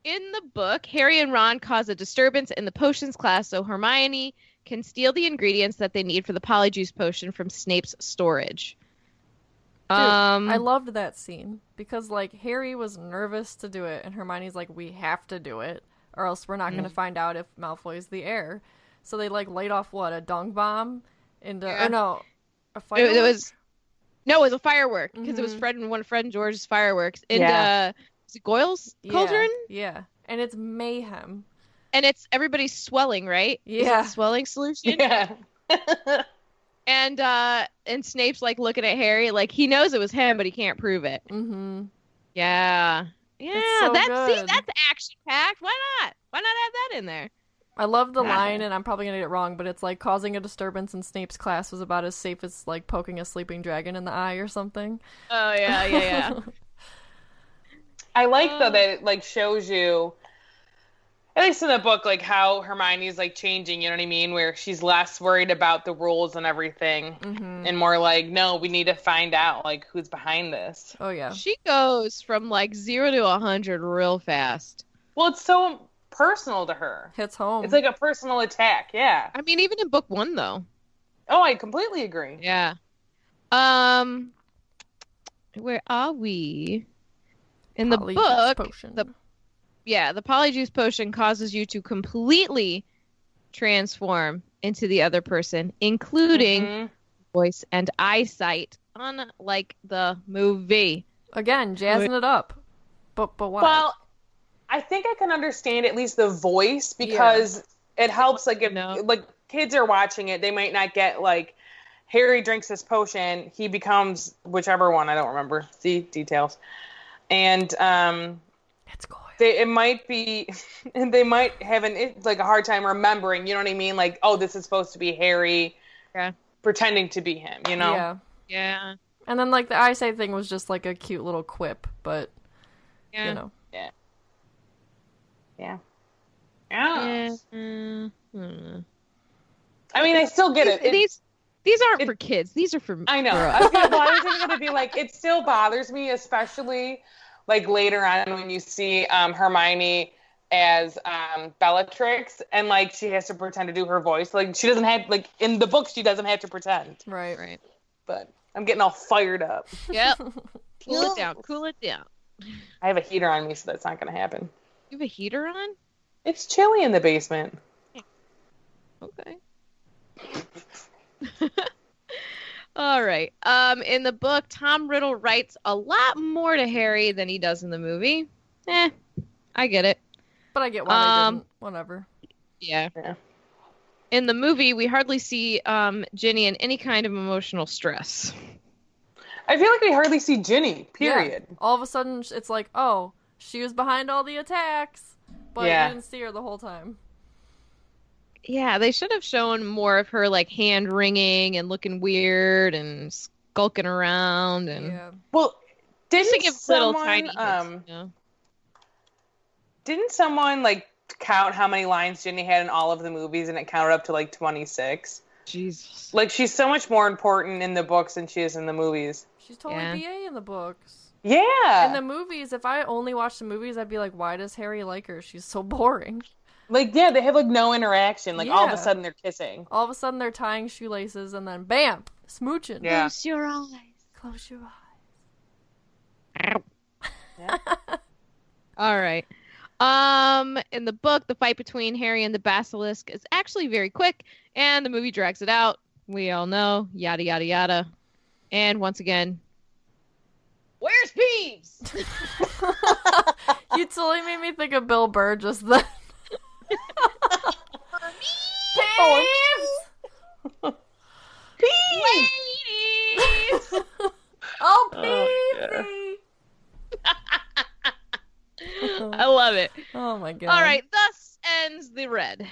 A: in the book, Harry and Ron cause a disturbance in the potions class, so Hermione can steal the ingredients that they need for the polyjuice potion from Snape's storage. um,
E: I loved that scene because like Harry was nervous to do it, and Hermione's like, "We have to do it, or else we're not
A: Mm.
E: going to find out if Malfoy is the heir." So they like laid off what a dung bomb into
A: Yeah.
E: oh no, a fire.
A: it, it was no, it was a firework because it was
E: Mhm.
A: Fred and one of Fred and George's fireworks in
D: Yeah.
A: uh, is it Goyle's cauldron,
E: Yeah, yeah. and it's mayhem.
A: and it's everybody's swelling, right? Is it
E: Yeah.
A: swelling solution.
D: yeah
A: And uh and Snape's like looking at Harry like he knows it was him but he can't prove it.
E: Mm-hmm.
A: Yeah. Yeah,
E: so
A: that's see,
E: good.
A: that's action packed. Why not? Why not have that in there?
E: I love the
D: Yeah.
E: line, and I'm probably gonna get it wrong, but it's like causing a disturbance in Snape's class was about as safe as like poking a sleeping dragon in the eye or something.
A: Oh yeah, yeah, yeah.
D: I like though
A: Um,
D: that it like shows you at least in the book like how Hermione's like changing, you know what I mean, where she's less worried about the rules and everything
E: hmm
D: and more like no, we need to find out like who's behind this.
E: Oh yeah.
A: she goes from like 0 to a 100 real fast.
D: Well, it's so personal to her.
E: Hits
A: Oh.
E: home.
D: It's like a personal attack. Yeah.
A: I mean even in book 1 though.
D: Oh, I completely agree.
A: Yeah. Um where are we? In the book,
E: Polyjuice potion.
A: the- yeah, the polyjuice potion causes you to completely transform into the other person, including
D: Mhm.
A: voice and eyesight, unlike the movie.
E: Again, jazzing it up. But but why?
D: Well, I think I can understand at least the voice because it helps. Like if
A: No.
D: like kids are watching it, they might not get like Harry drinks this potion, he becomes whichever one I don't remember. See details, and um,
E: it's Goyle.
D: they it might be, and they might have an it- like a hard time remembering. You know what I mean? Like oh, this is supposed to be Harry,
A: Yeah.
D: pretending to be him. You know?
E: Yeah.
A: Yeah.
E: And then like the eyesight thing was just like a cute little quip, but you know.
D: Yeah.
A: Yeah.
F: Hmm.
D: Mm-hmm. I mean, I still get it.
A: These,
D: It-
A: these these aren't
D: it-
A: for kids. These are for
D: I know.
A: for
D: I
A: us.
D: was gonna, well, I was even gonna be like, it still bothers me, especially like later on when you see um, Hermione as um, Bellatrix, and like she has to pretend to do her voice. Like she doesn't have like in the book, she doesn't have to pretend.
E: Right.
A: Right.
D: But I'm getting all fired up.
A: Yep. Cool it down. Cool it down.
D: I have a heater on me, so that's not gonna happen.
A: You have a heater on?
D: It's chilly in the basement.
A: Okay. All right. Um, in the book, Tom Riddle writes a lot more to Harry than he does in the movie. Eh, I get it.
E: But I get why
A: Um,
E: they didn't. Whatever.
A: Yeah.
D: Yeah.
A: In the movie, we hardly see um, Ginny in any kind of emotional stress.
D: I feel like we hardly see Ginny. Period.
E: Yeah. All of a sudden, sh- it's like, oh, she was behind all the attacks, but
D: Yeah.
E: you didn't see her the whole time.
A: Yeah, they should have shown more of her like hand wringing and looking weird and skulking around and
E: Yeah.
D: Well,
A: just to
D: didn't
A: give
D: someone,
A: little tiny hints,
D: um,
A: you know?
D: didn't someone like count how many lines Ginny had in all of the movies, and it counted up to like 26?
A: Jesus.
D: Like she's so much more important in the books than she is in the movies.
E: She's totally
A: Yeah.
E: BA in the books.
D: Yeah.
E: In the movies, if I only watched the movies, I'd be like, why does Harry like her? She's so boring.
D: like yeah, they have like no interaction. Like all of
E: Yeah.
D: a sudden they're kissing.
E: All of a sudden, they're tying shoelaces, and then bam, smooching.
D: Yeah.
A: Close your eyes.
E: Close your eyes.
A: All right. Um, in the book, the fight between Harry and the basilisk is actually very quick, and the movie drags it out. We all know, yada yada yada. And once again, where's Peeves?
E: You totally made me think of Bill Burr just then.
D: Oh, Peeves!
A: Ladies!
E: Oh,
D: Oh,
E: baby! Oh,
A: I love it.
E: Oh, my god.
A: All right, thus ends the red.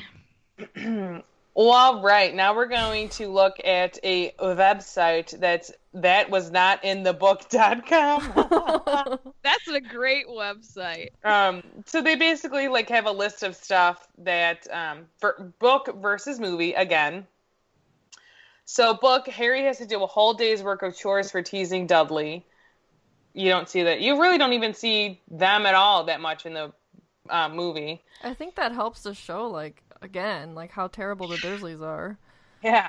D: Well, all right. Now we're going to look at a website that's that was not in the book.com.
A: That's a great website.
D: um, so they basically like have a list of stuff that um, for book versus movie again. So book Harry has to do a whole day's work of chores for teasing Dudley. You don't see that. You really don't even see them at all that much in the uh, movie.
E: I think that helps to show, like, again, like how terrible the Dursleys are.
D: Yeah,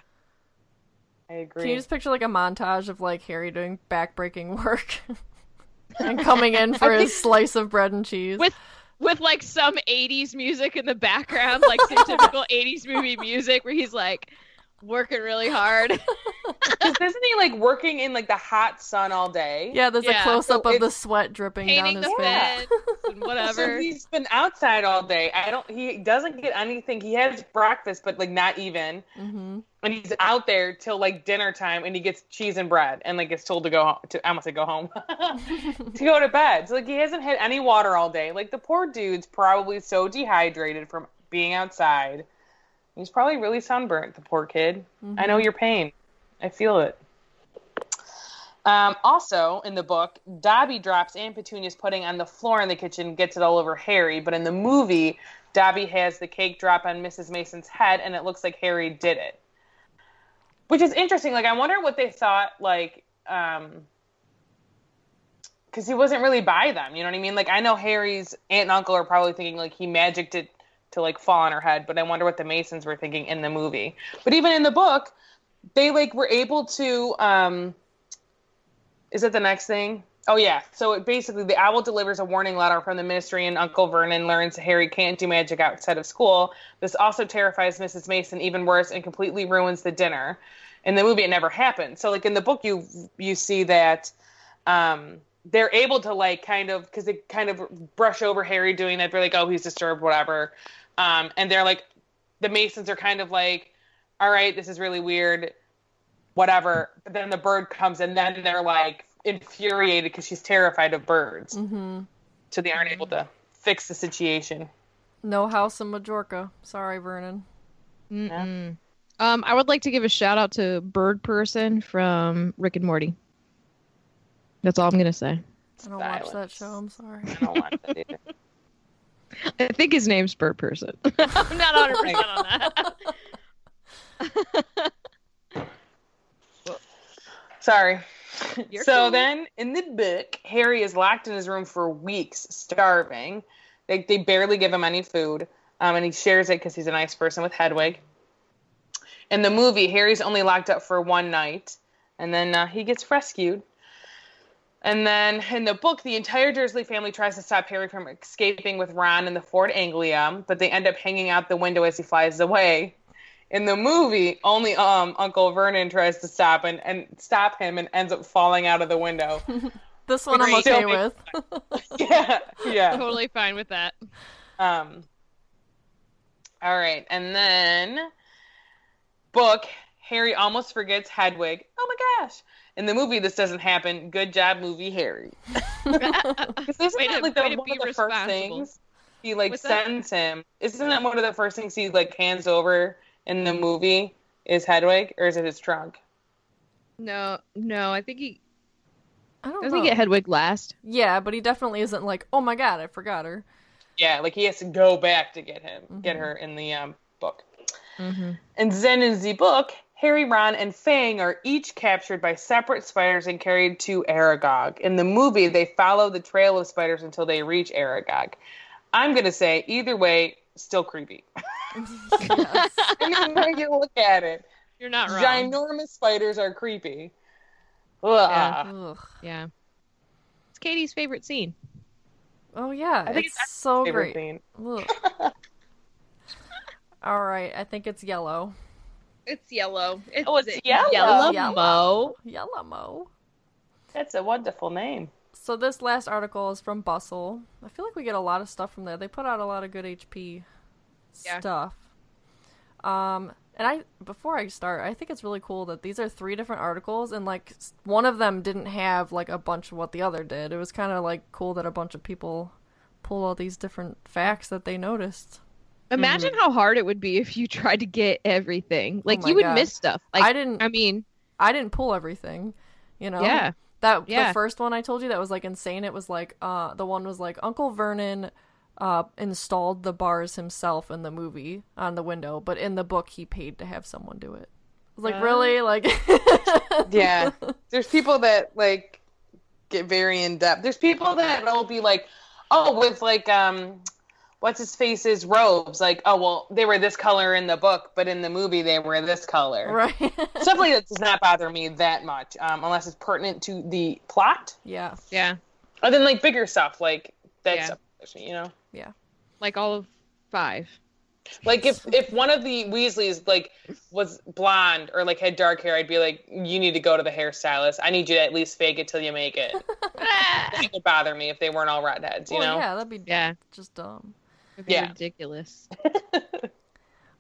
D: I agree.
E: Can you just picture like a montage of like Harry doing backbreaking work and coming in for his slice of bread and cheese?
A: With- With like some 80s music in the background, like some typical 80s movie music where he's like working really hard.
D: Because isn't he like working in like the hot sun all day?
E: yeah, there's
A: Yeah.
E: a close up
D: So
E: of the
D: it's-
E: sweat dripping down
A: painting
E: his
A: the
E: face.
A: fence and
D: So
A: whatever.
D: he's been outside all day. I don't. He doesn't get anything. He has breakfast, but like not even.
E: hmm
D: And he's out there till like dinner time, and he gets cheese and bread, and like gets told to go home. To, I almost said go home to go to bed. So like he hasn't had any water all day. Like the poor dude's probably so dehydrated from being outside. He's probably really sunburnt. The poor kid. I know your pain. I feel it. Um, also, in the book, Dobby drops Aunt Petunia's pudding on the floor in the kitchen, gets it all over Harry. But in the movie, Dobby has the cake drop on Mrs. Mason's head, and it looks like Harry did it, which is interesting. Like, I wonder what they thought, like, because he wasn't really by them. You know what I mean? Like, I know Harry's aunt and uncle are probably thinking like he magicked it to like fall on her head, but I wonder what the Masons were thinking in the movie. But even in the book, they like were able to. Um, is it the next thing? Oh yeah. So it basically the owl delivers a warning letter from the ministry, and Uncle Vernon learns Harry can't do magic outside of school. This also terrifies Mrs. Mason even worse and completely ruins the dinner. In the movie, it never happened. So like in the book, you you see that um, they're able to like kind of because they kind of brush over Harry doing that. They're like, oh, he's disturbed, whatever. Um, and they're like, the Masons are kind of like, all right, this is really weird whatever. But then the bird comes, and then they're like infuriated because she's terrified of birds,
E: hmm
D: so they aren't able to fix the situation.
E: No house in Majorca. Sorry, Vernon.
A: Mm-mm. Um, I would like to give a shout out to Bird Person from Rick and Morty. That's all I'm gonna say.
E: I don't watch that
D: Silence.
E: show. I'm sorry.
D: I don't want that either.
A: I think his name's Bird Person. I'm not 100 percent on that.
D: Sorry.
A: You're
D: so
A: cool.
D: then, in the book, Harry is locked in his room for weeks, starving. They, they barely give him any food, um, and he shares it because he's a nice person with Hedwig. In the movie, Harry's only locked up for one night, and then uh, he gets rescued. And then in the book, the entire Dursley family tries to stop Harry from escaping with Ron in the Ford Anglia, but they end up hanging out the window as he flies away in the movie only um uncle vernon tries to stop and, and stop him and ends up falling out of the window
E: This one I'm
D: Agreed.
E: okay
D: Don't
E: with.
D: make- yeah yeah
A: totally fine with that.
D: um all right and then book harry almost forgets hedwig oh my gosh in the movie this doesn't happen good job movie harry Because isn't
A: Way
D: that
A: to-
D: like the,
A: way to
D: one
A: be
D: of the first
A: responsible.
D: things he like
A: What's that?
D: sends him? Isn't that one of the first things he like hands over in the movie? Is Hedwig or is it his trunk?
A: No, no, I think he
E: I don't
A: doesn't
E: know.
A: he get Hedwig last.
E: yeah, but he definitely isn't like, oh my god, I forgot her.
D: Yeah, like he has to go back to get him, get her in the um, book.
A: Mm-hmm.
D: And then in the book, Harry, Ron, and Fang are each captured by separate spiders and carried to Aragog. In the movie, they follow the trail of spiders until they reach Aragog. I'm gonna say either way, still creepy.
E: Yes.
D: I mean, when you look at it,
A: You're not wrong.
D: ginormous spiders are creepy. Ugh.
A: Yeah.
E: Ugh.
A: Yeah. It's Katie's favorite scene.
E: Oh yeah,
D: think
E: it's
D: that's
E: so
D: Favorite
E: Oh, great.
D: scene.
E: Ugh. All right, I think it's yellow.
A: It's yellow. It's
D: Oh, it's yellow.
A: yellow,
E: Yellow.
A: Mo.
E: Yellow mo.
D: That's a wonderful name.
E: So this last article is from Bustle. I feel like we get a lot of stuff from there. They put out a lot of good HP
A: Yeah.
E: stuff. Um, and I before I start, I think it's really cool that these are three different articles, and like s- one of them didn't have like a bunch of what the other did. It was kind of like cool that a bunch of people pulled all these different facts that they noticed.
A: Imagine how hard it would be if you tried to get everything. Like
E: Oh my
A: you would
E: God.
A: miss stuff. Like
E: I didn't-
A: I mean,
E: I didn't pull everything, you know.
A: Yeah.
E: That
A: Yeah.
E: the first one I told you that was like insane. It was like uh the one was like Uncle Vernon uh installed the bars himself in the movie on the window, but in the book he paid to have someone do it. I was like,
A: Oh.
E: really? Like
D: Yeah. There's people that like get very in depth. There's people that will be like, oh, with like um, what's his face's robes? Like, oh well, they were this color in the book, but in the movie they were this color.
E: Right.
D: Stuff like that does not bother me that much, um, unless it's pertinent to the plot.
E: yeah.
A: yeah.
D: Other than Oh, like bigger stuff, like that
A: Yeah.
D: stuff, you know.
A: Like all of five.
D: Like if if one of the Weasleys like was blonde or like had dark hair, I'd be like, you need to go to the hairstylist. I need you to at least fake it till you make it. It would bother me if they weren't all redheads, you
E: Well,
D: know.
E: yeah, that'd be
A: yeah.
E: just dumb.
A: It'd be
D: Yeah.
A: Ridiculous.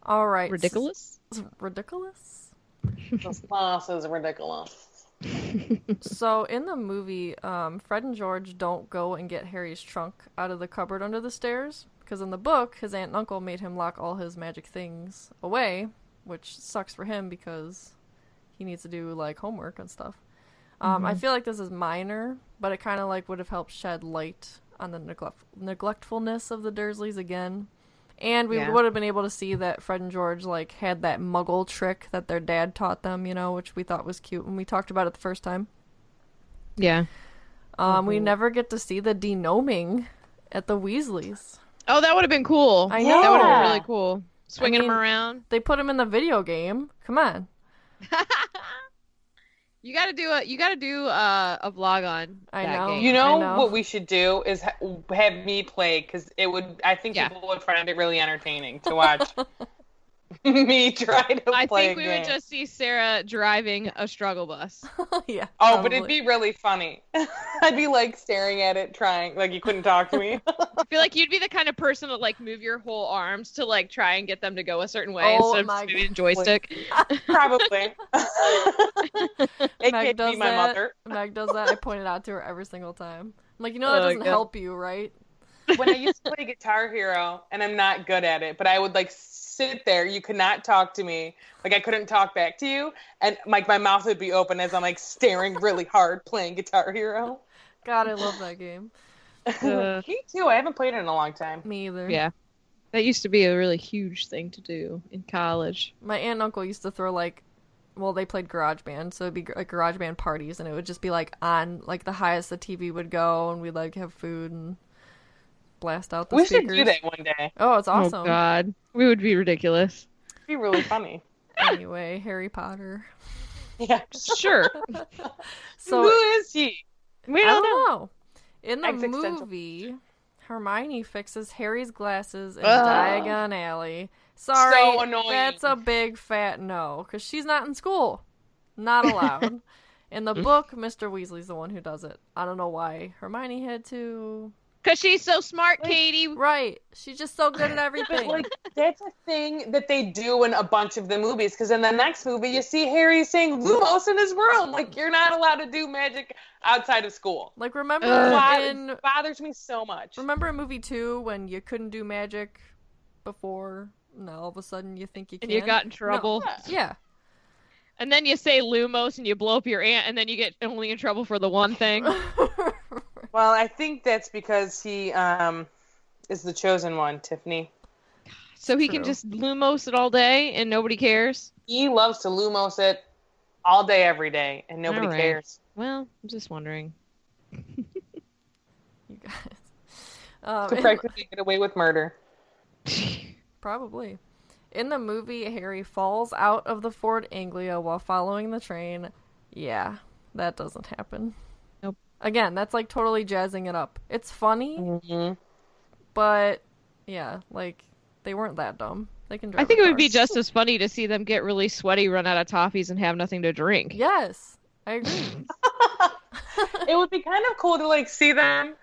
E: All right.
A: Ridiculous?
E: S- ridiculous.
D: This boss is ridiculous.
E: So in the movie, um, Fred and George don't go and get Harry's trunk out of the cupboard under the stairs because in the book, his aunt and uncle made him lock all his magic things away, which sucks for him because he needs to do like homework and stuff. Um,
A: Mm-hmm.
E: I feel like this is minor, but it kind of like would have helped shed light on the neglect- neglectfulness of the Dursleys again. And we
A: Yeah.
E: would have been able to see that Fred and George like had that muggle trick that their dad taught them, you know, which we thought was cute when we talked about it the first time.
A: Yeah. Mm-hmm.
E: Um, we never get to see the denoming at the Weasleys.
A: Oh, that would have been cool.
E: I
A: That would have
E: know.
A: been really cool. Swinging
E: mean-
A: them around.
E: They put him in the video game. Come on.
A: You gotta do a you gotta do a, a vlog on.
E: I
A: that
E: know.
A: game.
D: You know,
E: I know.
D: what we should do is ha- have me play because it would. I think
A: Yeah.
D: people would find it really entertaining to watch me try to
A: I
D: play.
A: think
D: a
A: we
D: game.
A: would just see Sarah driving a struggle bus.
E: yeah.
D: Oh, but it'd
E: probably.
D: be really funny. I'd be like staring at it, trying like you couldn't talk to me.
A: I feel like you'd be the kind of person to like move your whole arms to like try and get them to go a certain way
E: Oh
A: instead of
E: my
A: just moving a joystick.
D: Probably. it
E: Meg
D: could
E: does
D: be my
E: that.
D: mother.
E: Meg does that. I point it out to her every single time. I'm like, you know, that
A: Oh,
E: doesn't
A: God.
E: help you, right?
D: When I used to play Guitar Hero, and I'm not good at it, but I would like sit there. You could not talk to me. Like I couldn't talk back to you, and like my mouth would be open as I'm like staring really hard playing Guitar Hero.
E: God, I love that game.
A: Uh,
D: Me too. I haven't played it in a long time.
E: Me either.
A: yeah. That used to be a really huge thing to do in college.
E: My aunt and uncle used to throw like, well, they played Garage Band, so it'd be like Garage Band parties, and it would just be like on like the highest the TV would go, and we'd like have food and blast out the
D: we
E: speakers.
D: should do that one day.
E: Oh, it's
A: Oh
E: awesome.
A: God, we would be ridiculous.
D: It'd be really funny.
E: anyway, Harry Potter.
D: Yeah.
A: Sure.
E: So
D: Who is he? We
E: I
D: don't know.
E: don't know. In the
D: Existential.
E: movie, Hermione fixes Harry's glasses in
A: Ugh.
E: Diagon Alley. Sorry,
D: So annoying.
E: that's a big fat no, because she's not in school, not allowed. in
A: Mm.
E: the book, Mr. Weasley's the one who does it. I don't know why Hermione had to.
A: Cause she's so smart, Katie.
E: Right, she's just so good at
D: But
E: everything.
D: like that's a thing that they do in a bunch of the movies because in the next movie you see Harry saying Lumos in his room like you're not allowed to do magic outside of school.
E: Like, remember
A: Ugh.
D: Why-
E: in
D: it bothers me so much.
E: remember in movie two when you couldn't do magic before. Now all of a sudden you think you can.
A: And you got in trouble.
E: yeah.
A: And then you say Lumos and you blow up your aunt, and then you get only in trouble for the one thing.
D: Well, I think that's because he um is the chosen one, Tiffany.
A: So he can
E: True.
A: just Lumos it all day and nobody cares?
D: He loves to Lumos it all day every day and nobody
A: All right.
D: cares.
A: Well, I'm just wondering.
E: You guys. Um,
D: To
E: in-
D: practically get away with murder.
E: probably. In the movie, Harry falls out of the Ford Anglia while following the train. Yeah, that doesn't happen.
A: Nope.
E: Again, that's like totally jazzing it up. It's funny,
D: Mhm.
E: but yeah, like they weren't that dumb. They can drive.
A: I think
E: a
A: it would be
E: car.
A: just as funny to see them get really sweaty, run out of toffees, and have nothing to drink.
E: Yes, I agree.
D: it would be kind of cool to like see them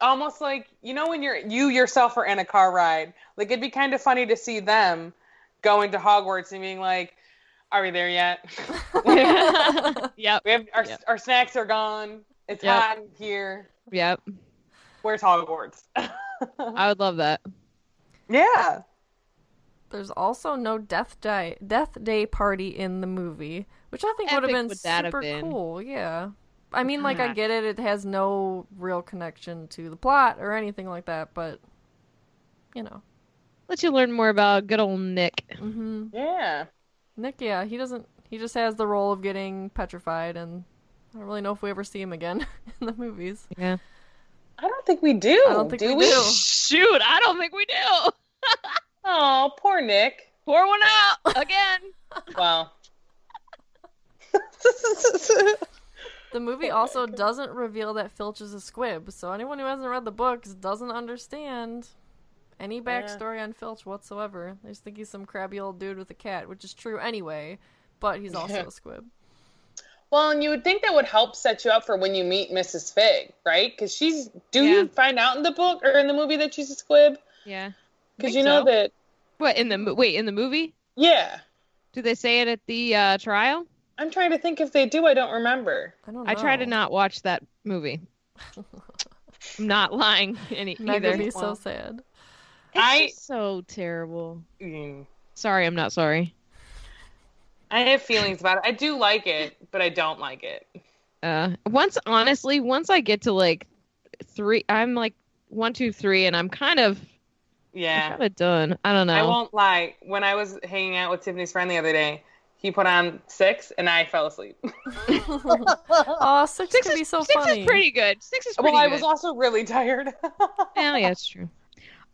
D: almost like you know when you're you yourself are in a car ride like it'd be kind of funny to see them going to hogwarts and being like are we there yet
A: Yep,
D: we have our,
A: Yep.
D: our snacks are gone it's
A: Yep.
D: hot in here
A: yep.
D: where's hogwarts
A: I would love that.
D: yeah
E: There's also no death day death day party in the movie, which I think
A: How
E: would have
A: epic
E: been
A: would that have
E: super
A: been?
E: cool. Yeah, I mean, like I
A: God.
E: get it; it has no real connection to the plot or anything like that, but you know,
A: Let you learn more about good old Nick.
E: hmm
D: yeah
E: Nick, yeah, he doesn't. He just has the role of getting petrified, and I don't really know if we ever see him again in the movies.
A: Yeah.
D: i don't think we do
E: I don't think
D: do
E: we
D: we,
E: do.
A: Shoot, I don't think we do.
D: oh poor nick
A: Pour one out again.
D: wow
E: The movie also doesn't reveal that Filch is a squib, so anyone who hasn't read the books doesn't understand any backstory on Filch whatsoever. They just think he's some crabby old dude with a cat, which is true anyway, but he's also a squib.
D: Well, and you would think that would help set you up for when you meet Mrs. Fig, right? Because she's. Do
A: Yeah.
D: you find out in the book or in the movie that she's a squib?
A: Yeah.
D: Because
A: Think
D: you know
A: so.
D: that.
A: What in the mo- wait in the movie?
D: Yeah,
A: Do they say it at the uh, trial?
D: I'm trying to think if they do. I don't remember.
E: I don't know.
A: I try to not watch that movie. I'm not lying any
E: Meg
A: either.
E: would be so sad.
A: It's
D: I-
A: just so terrible.
D: Mm.
A: Sorry, I'm not sorry.
D: I have feelings about it. I do like it, but I don't like it.
A: Uh, once honestly, once I get to like three, I'm like one, two, three, and I'm kind of
D: Yeah.
A: kind of done. I don't know.
D: I won't lie. When I was hanging out with Tiffany's friend the other day, he put on six and I fell asleep. Oh.
E: Aw, six,
A: Six
E: can
A: is
E: be so
A: six
E: funny.
A: is pretty good. Six is pretty
D: well, I
A: good. Oh,
D: was also really tired.
A: Yeah, yeah, it's true.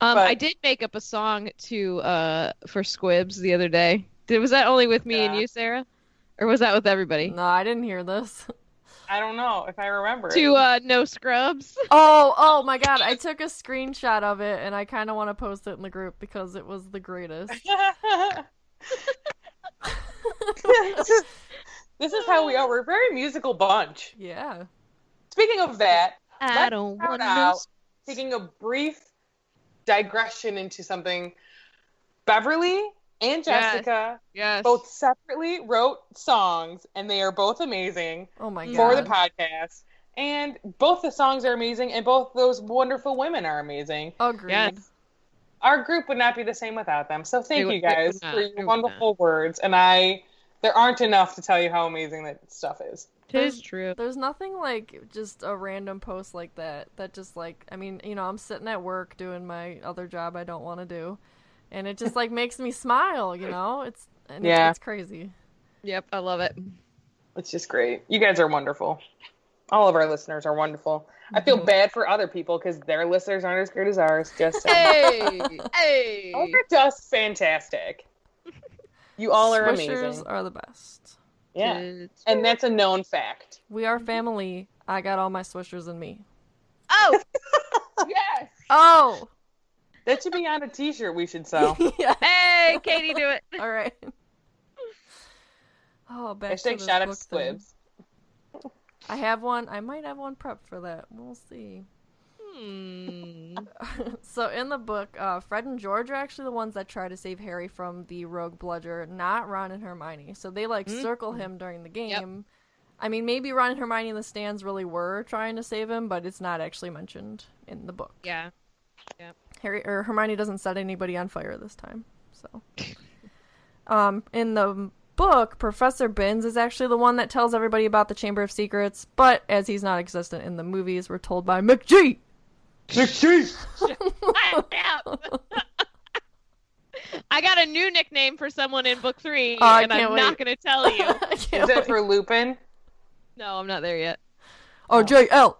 A: Um,
D: But-
A: I did make up a song to uh for Squibs the other day. Did was that only with me and
D: Yeah.
A: you, Sarah, or was that with everybody?
E: No, I didn't hear this.
D: I don't know if I remember. it.
A: To uh, no scrubs.
E: Oh, oh my god, I took a screenshot of it and I kind of want to post it in the group because it was the greatest.
D: this is how we are. We're a very musical bunch.
E: Yeah.
D: Speaking of that,
A: I
D: Let's
A: don't
D: start
A: want no.
D: out taking a brief digression into something, Beverly
A: Yes.
D: and Jessica
A: Yes.
D: both separately wrote songs, and they are both amazing
E: Oh my god.
D: for the podcast. And both the songs are amazing, and both those wonderful women are amazing.
E: Agreed.
A: Yes.
D: Our group would not be the same without them. So
A: It
D: thank
A: would-
D: you
A: it would
D: guys
A: not.
D: for
A: It would
D: your wonderful words. And I, there aren't enough to tell you how amazing that stuff is.
A: Tis true.
E: There's nothing like just a random post like that. That just like I mean, you know, I'm sitting at work doing my other job I don't want to do, and it just like makes me smile. You know, it's and
D: Yeah.
E: it's, it's crazy.
A: Yep, I love it.
D: It's just great. You guys are wonderful. All of our listeners are wonderful. I feel
A: Mhm.
D: bad for other people because their listeners aren't as great as ours. Just saying.
A: Hey, hey.
D: Y'all are just fantastic. You all are
E: Swishers
D: amazing.
E: are the best.
D: Yeah. And that's a known fact.
E: We are family. I got all my swishers in me.
A: Oh,
D: Yes.
E: Oh,
D: That should be on a t shirt we should sell.
E: yeah.
A: hey, Katie, do it.
E: All right. Oh, back to
D: Hashtag
E: this
D: shout out
E: book
D: to
E: thing.
D: Squibs.
E: I have one. I might have one prep for that. We'll see.
A: Hmm.
E: so in the book, uh, Fred and George are actually the ones that try to save Harry from the rogue bludger, not Ron and Hermione. So they like circle
A: Mm.
E: him during the game. I mean, maybe Ron and Hermione in the stands really were trying to save him, but it's not actually mentioned in the book.
A: Yeah.
E: Harry or Hermione doesn't set anybody on fire this time. So, um, in the book, Professor Binns is actually the one that tells everybody about the Chamber of Secrets. But as he's not existent in the movies, we're told by McGee.
A: I got a new nickname for someone in book three,
E: Oh, I
A: and I'm
E: can't
A: not
E: wait.
A: going to tell you.
E: I
D: Is
E: can't
D: that
E: wait.
D: for Lupin?
A: No, I'm not there yet.
E: Oh, JL.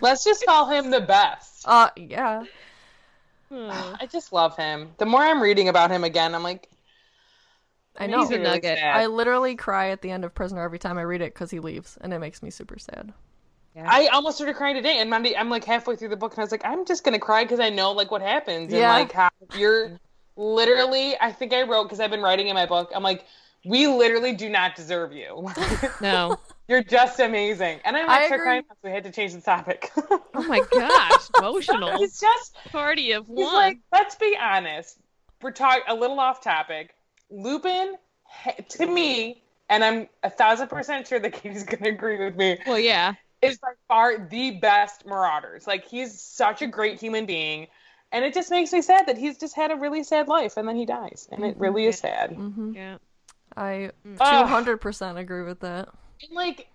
D: Let's just call him the best.
E: Uh, yeah.
A: Oh.
D: I just love him. The more I'm reading about him again, I'm like,
E: I know.
A: He's a nugget.
D: sad.
E: I literally cry at the end of Prisoner every time I read it because he leaves, and it makes me super sad.
D: I almost started crying today, and Monday I'm like halfway through the book, and I was like, I'm just gonna cry because I know like what happens, and
E: Yeah.
D: like how you're literally. I think I wrote because I've been writing in my book. I'm like, we literally do not deserve you.
A: No.
D: you're just amazing, and I'm
E: I
D: not
E: agree.
D: crying. So we had to change the topic.
A: Oh my gosh, emotional
D: it's just
A: party of
D: he's
A: one.
D: like, let's be honest. We're talking a little off topic. Lupin, he- to me, and I'm a thousand percent sure that Katie's gonna agree with me.
A: well, yeah.
D: is by far the best Marauders. Like he's such a great human being, and it just makes me sad that he's just had a really sad life and then he dies, and it really
A: Mm-hmm.
D: is sad.
E: hmm
A: Yeah.
E: I
A: Mm.
D: Ugh.
E: 200% agree with that.
D: And, like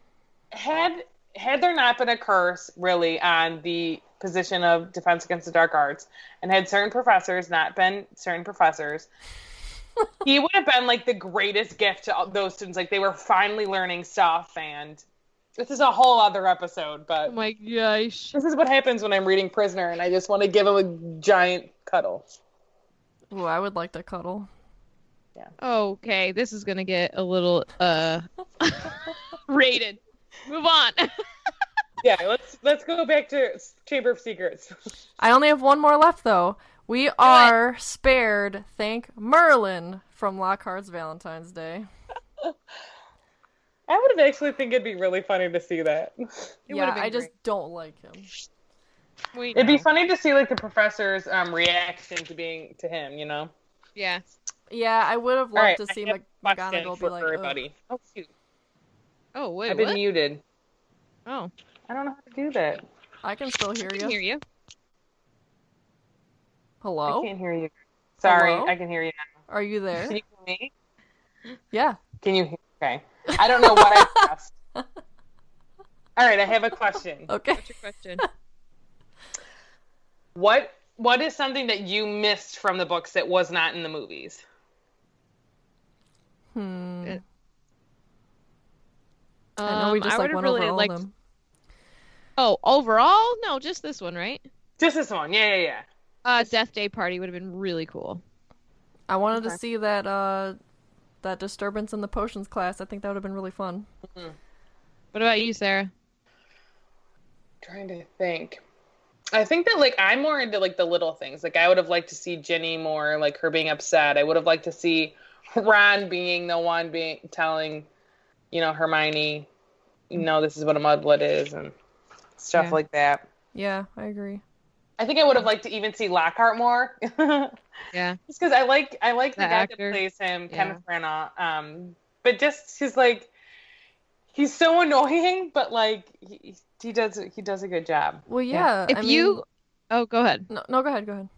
D: had had there not been a curse really on the position of defense against the dark arts, and had certain professors not been certain professors. he would have been like the greatest gift to all those students. Like they were finally learning stuff, and this is a whole other episode. But
A: Oh my gosh.
D: This is what happens when I'm reading Prisoner and I just want to give him a giant cuddle.
E: Ooh, I would like to cuddle.
A: Okay, this is gonna get a little uh rated. Move on.
D: Yeah, let's let's go back to Chamber of Secrets.
E: I only have one more left, though. We are spared, thank Merlin, from Lockhart's Valentine's Day.
D: I would have actually think it'd be really funny to see that.
E: yeah, I just don't like him.
A: We
D: It'd be
A: know.
D: funny to see like the professor's um, reaction to being to him, you know.
A: Yeah.
E: Yeah, I would have loved
D: All right,
E: to see
D: I have
E: Mc-
D: a question
E: McGonagall be
D: for
E: like, "Ugh."
D: everybody. Oh, shoot.
A: Oh wait,
D: I've been
A: what?
D: muted.
A: Oh,
D: I don't know how to do that.
E: I can still hear
A: I can
E: you.
A: hear you.
D: I
E: Hello?
D: can't hear you. Sorry,
E: Hello?
D: I can hear you now.
E: Are you there?
D: Can you hear me?
E: Yeah.
D: Can you hear? Okay. I don't know what I pressed. All right, I have a question.
E: Okay.
A: What's your question?
D: What what is something that you missed from the books that was not in the movies?
E: Hmm.
A: It-
E: I know we
A: Um,
E: just like
A: would've
E: went
A: really
E: over all
A: liked-
E: of them.
A: Oh, overall? No, just this one, right?
D: Just this one. Yeah, yeah, yeah.
A: Uh, Death Day Party would have been really cool.
E: I wanted to see that uh that disturbance in the potions class. I think that would have been really fun.
A: Mm-hmm. What about you, Sarah?
D: trying to think. I think that like I'm more into like the little things. Like I would have liked to see Ginny more, like her being upset. I would have liked to see Ron being the one being telling, you know, Hermione, no, this is what a mudblood is and stuff
A: Yeah.
D: like that.
E: Yeah, I agree.
D: I think I would have liked to even see Lockhart more.
A: Yeah.
D: Just because I like I like the,
A: The
D: guy
A: actor.
D: that plays him,
A: Yeah.
D: Kenneth Branagh. Um, but just he's like he's so annoying, but like he, he does he does a good job.
E: Well, yeah.
A: If
E: I
A: you,
E: mean-
A: oh, go ahead.
E: no, no, go ahead, go ahead.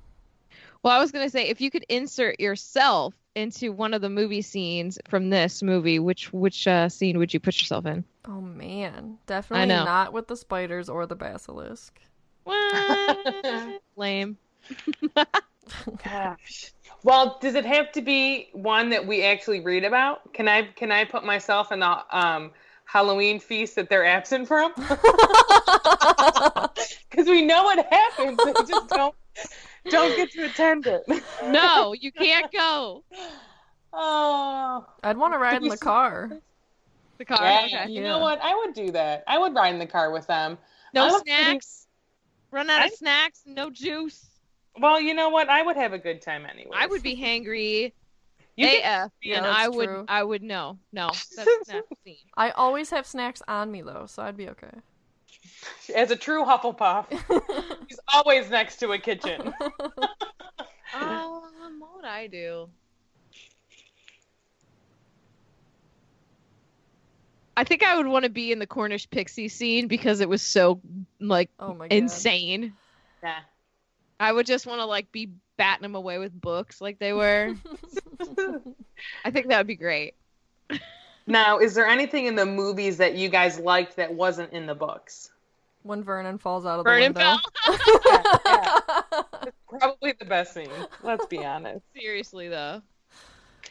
A: Well, I was going to say if you could insert yourself into one of the movie scenes from this movie, which which uh, scene would you put yourself in?
E: Oh man, definitely
A: know.
E: not with the spiders or the basilisk.
A: What? Lame.
D: Gosh. Well, does it have to be one that we actually read about? Can I can I put myself in the um, Halloween feast that they're absent from? Because we know it happens. They just don't don't get to attend it.
A: No, you can't go.
D: Oh.
E: I'd want to ride in the car.
A: The car.
D: Yeah,
A: Okay.
D: You
E: Yeah.
D: know what? I would do that. I would ride in the car with them.
A: No
D: I was pretty-
A: snacks. Run out of
D: I-
A: snacks. No juice.
D: Well, you know what? I would have a good time anyway.
A: I would be hangry
D: You can-
A: AF,
E: Yeah,
A: and
E: that's
A: I would.
E: true.
A: I would know. No, that's not the scene.
E: I always have snacks on me though, so I'd be okay.
D: as a true Hufflepuff, she's always next to a kitchen.
A: Um, what would I do? I think I would want to be in the Cornish pixie scene because it was so like
E: Oh my god.
A: insane.
D: Yeah.
A: I would just want to like be batting them away with books like they were. I think that would be great.
D: Now, is there anything in the movies that you guys liked that wasn't in the books?
E: When Vernon falls out of the
A: Burn and
E: window.
A: fell.
D: Probably the best scene. Let's be honest.
A: Seriously though.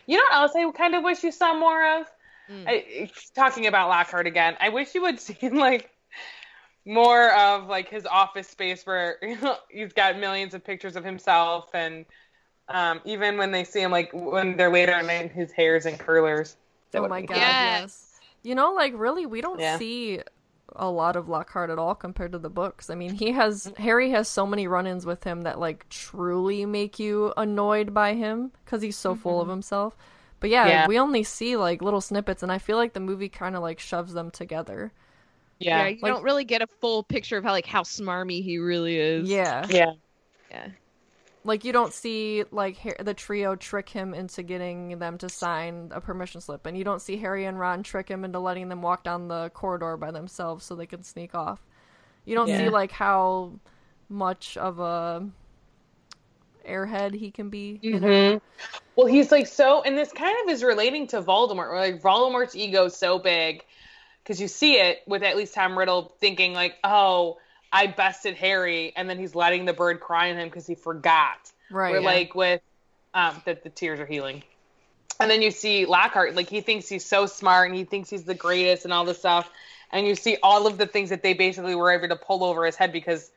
D: You know what else I kind of wish you saw more of?
A: Mm.
D: I, it's talking about Lockhart again, I wish you would see like more of like his office space where he's got millions of pictures of himself, and um, even when they see him like when they're later at night, his hair's in curlers. That
E: Oh
D: would
E: my
D: be
E: god,
D: cool.
A: Yes.
E: yes. You know, like really, we don't
D: Yeah.
E: see a lot of Lockhart at all compared to the books. I mean, he has Harry has so many run-ins with him that like truly make you annoyed by him because he's so full of himself. But yeah,
D: Yeah.
E: we only see like little snippets, and I feel like the movie kind of like shoves them together.
A: Yeah,
D: Yeah,
A: you don't really get a full picture of how like how smarmy he really is.
E: Yeah,
D: yeah.
E: like you don't see like Har- the trio trick him into getting them to sign a permission slip, and you don't see Harry and Ron trick him into letting them walk down the corridor by themselves so they can sneak off. You don't see
D: Yeah.
E: like how much of a airhead he can be. you know?
D: hmm Well, he's like so, and this kind of is relating to Voldemort. Where like Voldemort's ego is so big because you see it with at least Tom Riddle thinking like, "Oh, I bested Harry," and then he's letting the bird cry on him because he forgot.
E: Right.
D: Where
E: Oh, yeah.
D: like with um, that the tears are healing, and then you see Lockhart like he thinks he's so smart and he thinks he's the greatest and all this stuff, and you see all of the things that they basically were able to pull over his head because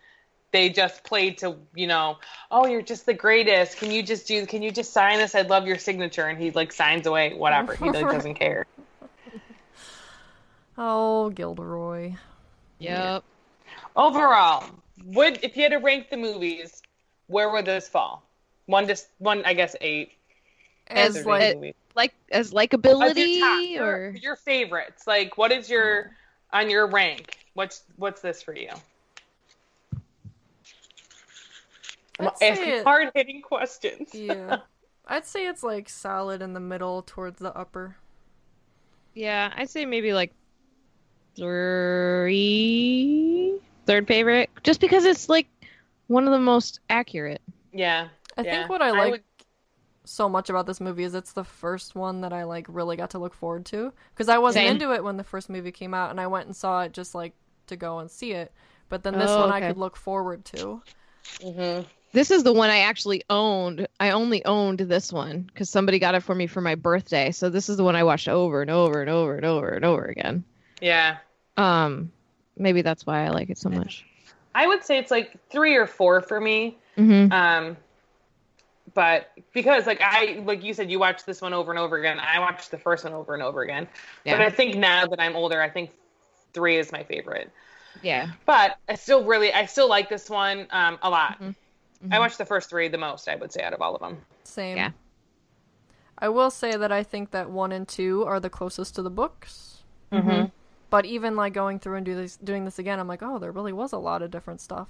D: they just played to you know oh you're just the greatest can you just do can you just sign this i'd love your signature and he like signs away whatever he like doesn't care
E: oh, Gilderoy.
A: Yep.
D: overall would if you had to rank the movies where would those fall one to one i guess eight
E: As
D: Those are
E: like
D: eight movies.
A: Like as
D: Of
A: likability
D: your top,
A: or
D: your, your favorites like what is your on your rank what's what's this for you I'm
E: I'd say
D: asking
E: it-
D: hard hitting questions
E: yeah. I'd say it's like solid in the middle towards the upper.
A: Yeah, I'd say maybe like three, third favorite, just because it's like one of the most accurate.
D: yeah
E: I
D: yeah.
E: think what I like
D: would-
E: so much about this movie is it's the first one that I like really got to look forward to because I wasn't
A: Same.
E: into it when the first movie came out and I went and saw it just like to go and see it. But then this
A: Oh,
E: one
A: okay.
E: I could look forward to.
D: Mhm.
A: This is the one I actually owned. I only owned this one because somebody got it for me for my birthday. So this is the one I watched over and over and over and over and over again.
D: yeah
A: Um, maybe that's why I like it so much.
D: I would say it's like three or four for me.
A: Mm-hmm.
D: Um, but because like I like you said, you watched this one over and over again. I watched the first one over and over again. But
A: Yeah.
D: I think now that I'm older, I think three is my favorite.
A: Yeah.
D: But I still really, I still like this one um, a lot.
E: Mm-hmm.
A: Mhm.
D: I watched the first three the most, I would say, out of all of them.
E: Same.
A: Yeah.
E: I will say that I think that one and two are the closest to the books.
D: Mhm.
E: But even like going through and do this, doing this again, I'm like, oh, there really was a lot of different stuff.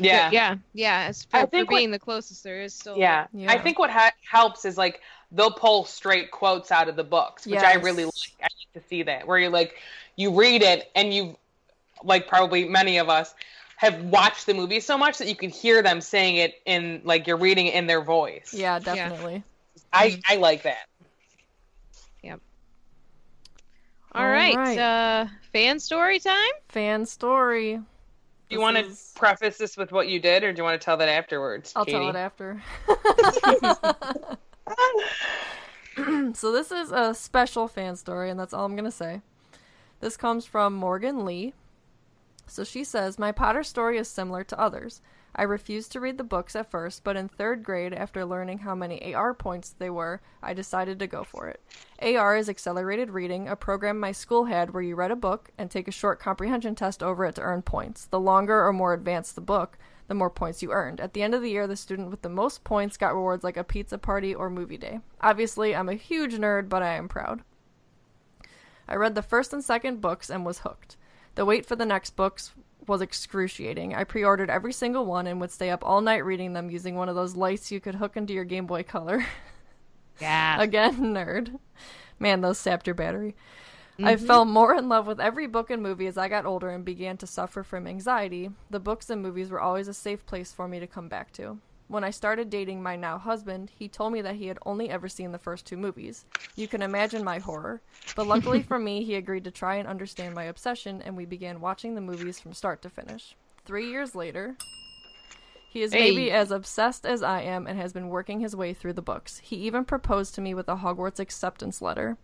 D: Yeah.
A: Yeah. Yeah. As for,
D: I
A: for
D: think what-
A: being the closest, there is still.
D: Yeah.
E: Yeah.
D: I think what ha- helps is like they'll pull straight quotes out of the books, which I
E: Yes.
D: really like. I like to see that where you're like, you read it and you, like probably many of us, have watched the movie so much that you could hear them saying it in like you're reading it in their voice.
E: Yeah, definitely.
D: I, I like that.
A: All right.
E: Alright.
A: Uh, fan story time.
E: Fan story.
D: Do you
E: This
D: want to
E: is-
D: preface this with what you did, or do you want to tell that afterwards?
E: I'll
D: Katie?
E: tell it after. so this is a special fan story, and that's all I'm gonna say. This comes from Morgan Lee. So she says, My Potter story is similar to others. I refused to read the books at first, but in third grade, after learning how many AR points they were, I decided to go for it. AR is accelerated reading, a program my school had where you read a book and take a short comprehension test over it to earn points. The longer or more advanced the book, the more points you earned. At the end of the year, the student with the most points got rewards like a pizza party or movie day. Obviously, I'm a huge nerd, but I am proud. I read the first and second books and was hooked. The wait for the next books was excruciating. I pre ordered every single one and would stay up all night reading them using one of those lights you could hook into your Game Boy Color.
A: Yeah.
E: Again, nerd. Man, those sapped your battery. I fell more in love with every book and movie as I got older and began to suffer from anxiety. The books and movies were always a safe place for me to come back to. When I started dating my now husband, he told me that he had only ever seen the first two movies. You can imagine my horror. But luckily for me, he agreed to try and understand my obsession, and we began watching the movies from start to finish. Three years later, he is
A: Hey.
E: maybe as obsessed as I am and has been working his way through the books. He even proposed to me with a Hogwarts acceptance letter.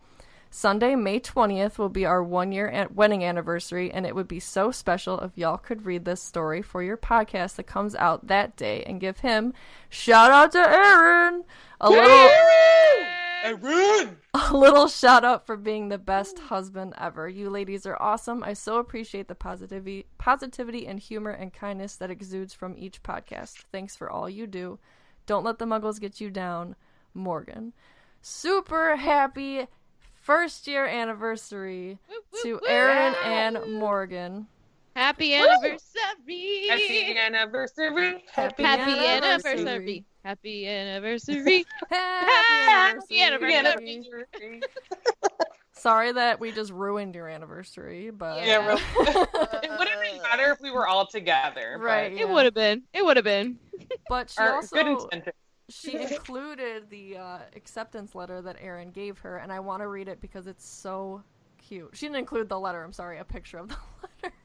E: Sunday, May 20th, will be our one year an- wedding anniversary, and it would be so special if y'all could read this story for your podcast that comes out that day and give him, shout out to Aaron, a little, a little shout out for being the best husband ever. You ladies are awesome. I so appreciate the positivity, positivity and humor and kindness that exudes from each podcast. Thanks for all you do. Don't let the muggles get you down, Morgan. Super happy first year anniversary to Aaron and Morgan.
A: Happy
D: Happy
A: anniversary.
D: anniversary.
E: Happy
A: Happy
E: anniversary.
A: anniversary. Happy anniversary.
E: Happy
A: anniversary.
E: Sorry that we just ruined your anniversary, but
D: Yeah, really. it would have been better if we were all together. but
E: right.
A: It
E: yeah.
A: would have been. It would have been.
E: But she
D: Our good
E: also
D: intention.
E: she included the uh, acceptance letter that Aaron gave her, and I want to read it because it's so cute. She didn't include the letter. I'm sorry, a picture of the letter.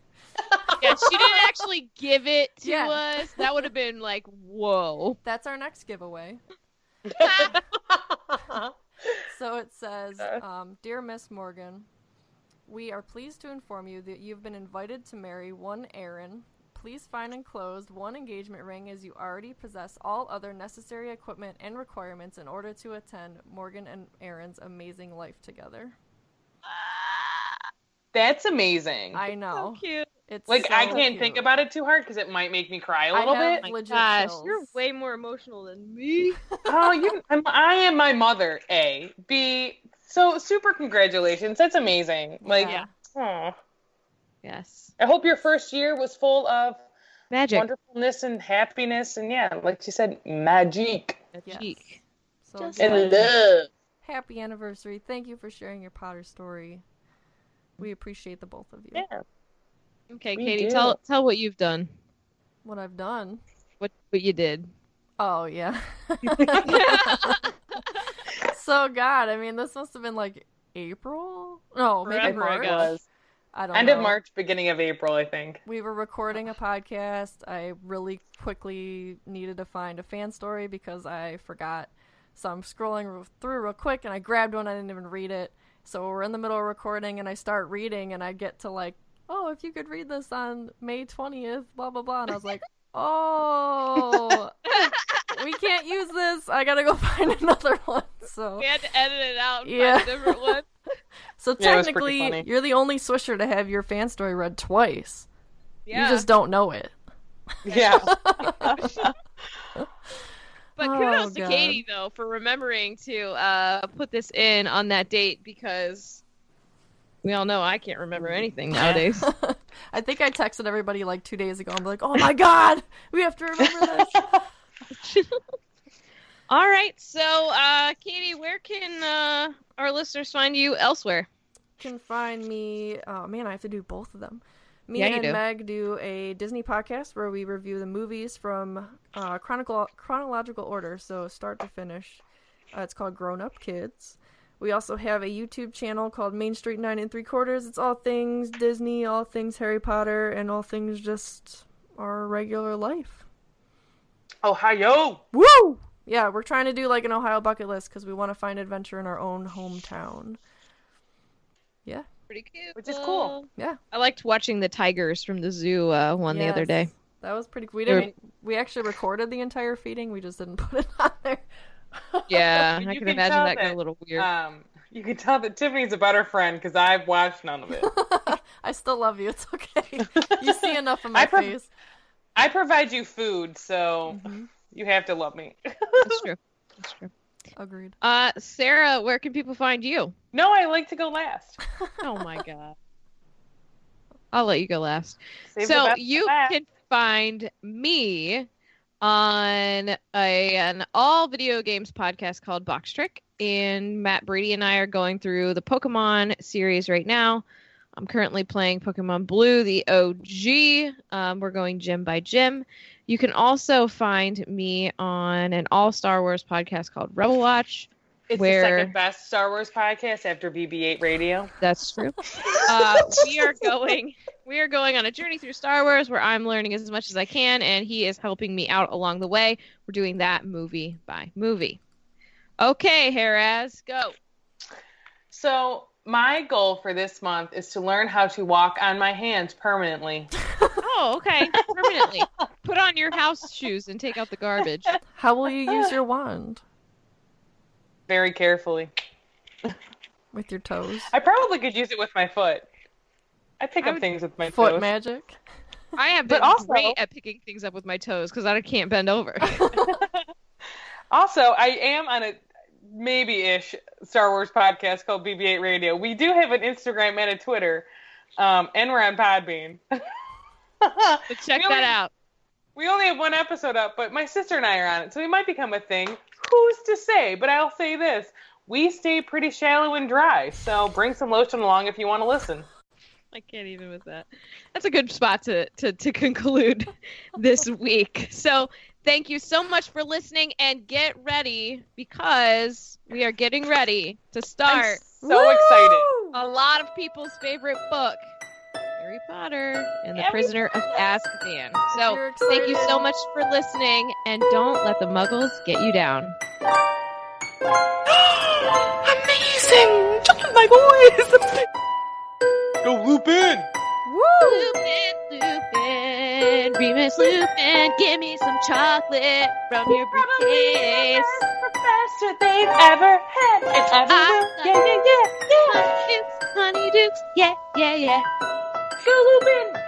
A: Yeah, she didn't actually give it to
E: Yeah.
A: us. That would have been like, whoa.
E: That's our next giveaway. So it says,
A: Uh.
E: um, "Dear Miss Morgan, we are pleased to inform you that you've been invited to marry one Aaron. Please find enclosed one engagement ring as you already possess all other necessary equipment and requirements in order to attend Morgan and Aaron's amazing life together."
D: That's amazing.
E: I know.
A: cute.
E: It's
D: like I
E: so
D: can't
E: cute.
D: think about it too hard because it might make me cry a
E: I
D: little
E: have
D: bit.
E: legit
A: Gosh,
E: chills.
A: you're way more emotional than me.
D: oh, you! I'm, I am my mother. A, B. So super congratulations. That's amazing. Like,
E: Yeah.
D: aw.
A: Yes.
D: I hope your first year was full of
A: Magic.
D: wonderfulness and happiness, and yeah, like you said, magic
E: Yes.
A: Magic.
E: So
A: Just
E: again,
D: and love.
E: happy anniversary. Thank you for sharing your Potter story. We appreciate the both of you.
D: Yeah.
A: Okay,
D: We
A: Katie,
D: do.
A: tell tell what you've done.
E: What I've done.
A: What what you did.
E: Oh yeah. so God, I mean, this must have been like April. No, maybe
D: Forever
E: March.
D: it was.
E: I don't
D: End
E: know.
D: of March, beginning of April, I think.
E: We were recording a podcast. I really quickly needed to find a fan story because I forgot. So I'm scrolling re- through real quick and I grabbed one. I didn't even read it. So we're in the middle of recording and I start reading and I get to like, oh, if you could read this on May 20th, blah, blah, blah. And I was like, oh, we can't use this. I got to go find another one. So,
A: had to edit it out
E: and Yeah. find a
A: different one.
E: so
D: Yeah, it was pretty
E: technically,
D: funny.
E: you're the only Swisher to have your fan story read twice. You just don't know it.
D: Yeah.
A: But
E: Oh,
A: kudos to
E: God.
A: Katie though for remembering to uh, put this in on that date because we all know I can't remember anything nowadays.
E: I think I texted everybody like two days ago. I'm like, oh my god, we have to remember this.
A: all right, so uh, Katie, where can uh, our listeners find you elsewhere?
E: You can find me. Oh man, I have to do both of them. Me
A: Yeah, you
E: and
A: do.
E: Meg do a Disney podcast where we review the movies from uh, chronicle- chronological order, so start to finish. Uh, it's called Grown Up Kids. We also have a YouTube channel called Main Street Nine and Three Quarters. It's all things Disney, all things Harry Potter, and all things just our regular life.
D: Ohio.
E: Woo! Yeah, we're trying to do like an Ohio bucket list because we want to find adventure in our own hometown. Yeah,
A: Pretty cute.
D: Which is
A: Uh,
D: cool.
E: yeah.
A: I liked watching the tigers from the zoo uh, one the other
E: Yes.
A: day.
E: That was pretty. We
A: They're-
E: didn't. We actually recorded the entire feeding. We just didn't put it on there.
A: Yeah,
D: You
A: I can
D: can
A: imagine
D: tell
A: that got
D: that,
A: a little weird.
D: Um, you can tell that Tiffany's a better friend because I've watched none of it.
E: I still love you. It's okay. You see enough of
D: I
E: my
D: pref-
E: face.
D: I provide you food, so
A: Mm-hmm.
D: you have to love me.
A: That's true. That's true.
E: Agreed.
A: Uh, Sarah, where can people find you?
D: no, I like to go last.
A: Oh my god. I'll let you go last.
D: Save the
A: so
D: best for
A: you
D: last.
A: can find me on a, an all video games podcast called Box Trick, and Matt Brady and I are going through the Pokemon series right now. I'm currently playing Pokemon Blue, the OG. Um, we're going gym by gym. You can also find me on an all Star Wars podcast called Rebel Watch.
D: It's
A: where-
D: the second best Star Wars podcast after BB-8 Radio.
A: That's true. Uh, we are going. We are going on a journey through Star Wars, where I'm learning as much as I can, and he is helping me out along the way. We're doing that movie by movie. Okay, Harraz, go.
D: So my goal for this month is to learn how to walk on my hands permanently.
A: Oh, okay. Permanently put on your house shoes and take out the garbage.
E: How will you use your wand
D: Very carefully.
E: with your toes?
D: I probably could use it with my foot. I pick
A: I
D: up
A: would-
D: things with my
E: Foot
D: toes.
E: magic.
A: I have
D: But
A: been
D: also-
A: great at picking things up with my toes because I can't bend over.
D: Also, I am on a maybe-ish Star Wars podcast called BB-8 Radio. We do have an Instagram and a Twitter, um, and we're on Podbean.
A: But check
D: Really?
A: that out.
D: We only have one episode up, but my sister and I are on it, so it might become a thing. Who's to say? But I'll say this: we stay pretty shallow and dry, so bring some lotion along if you want to listen.
A: I can't even with that. That's a good spot to, to, to conclude this week. So thank you so much for listening and get ready because we are getting ready to
D: I'm
A: start
D: so excited.
A: a lot of people's favorite book, Harry Potter and the
D: Harry
A: Prisoner of Azkaban. So
E: You're
A: Oh, thank you so
E: excited.
A: much for listening and don't let the muggles get you down.
B: Amazing! Just my voice!
D: Go loop in.
A: Lupin, Lupin, Remus Lupin, give me some chocolate from your briefcase.
D: Professor they've ever had and ever
A: I-
D: will. Yeah, yeah, yeah, yeah.
A: Honeydukes, honeydukes, yeah, yeah, yeah.
D: Go loop in.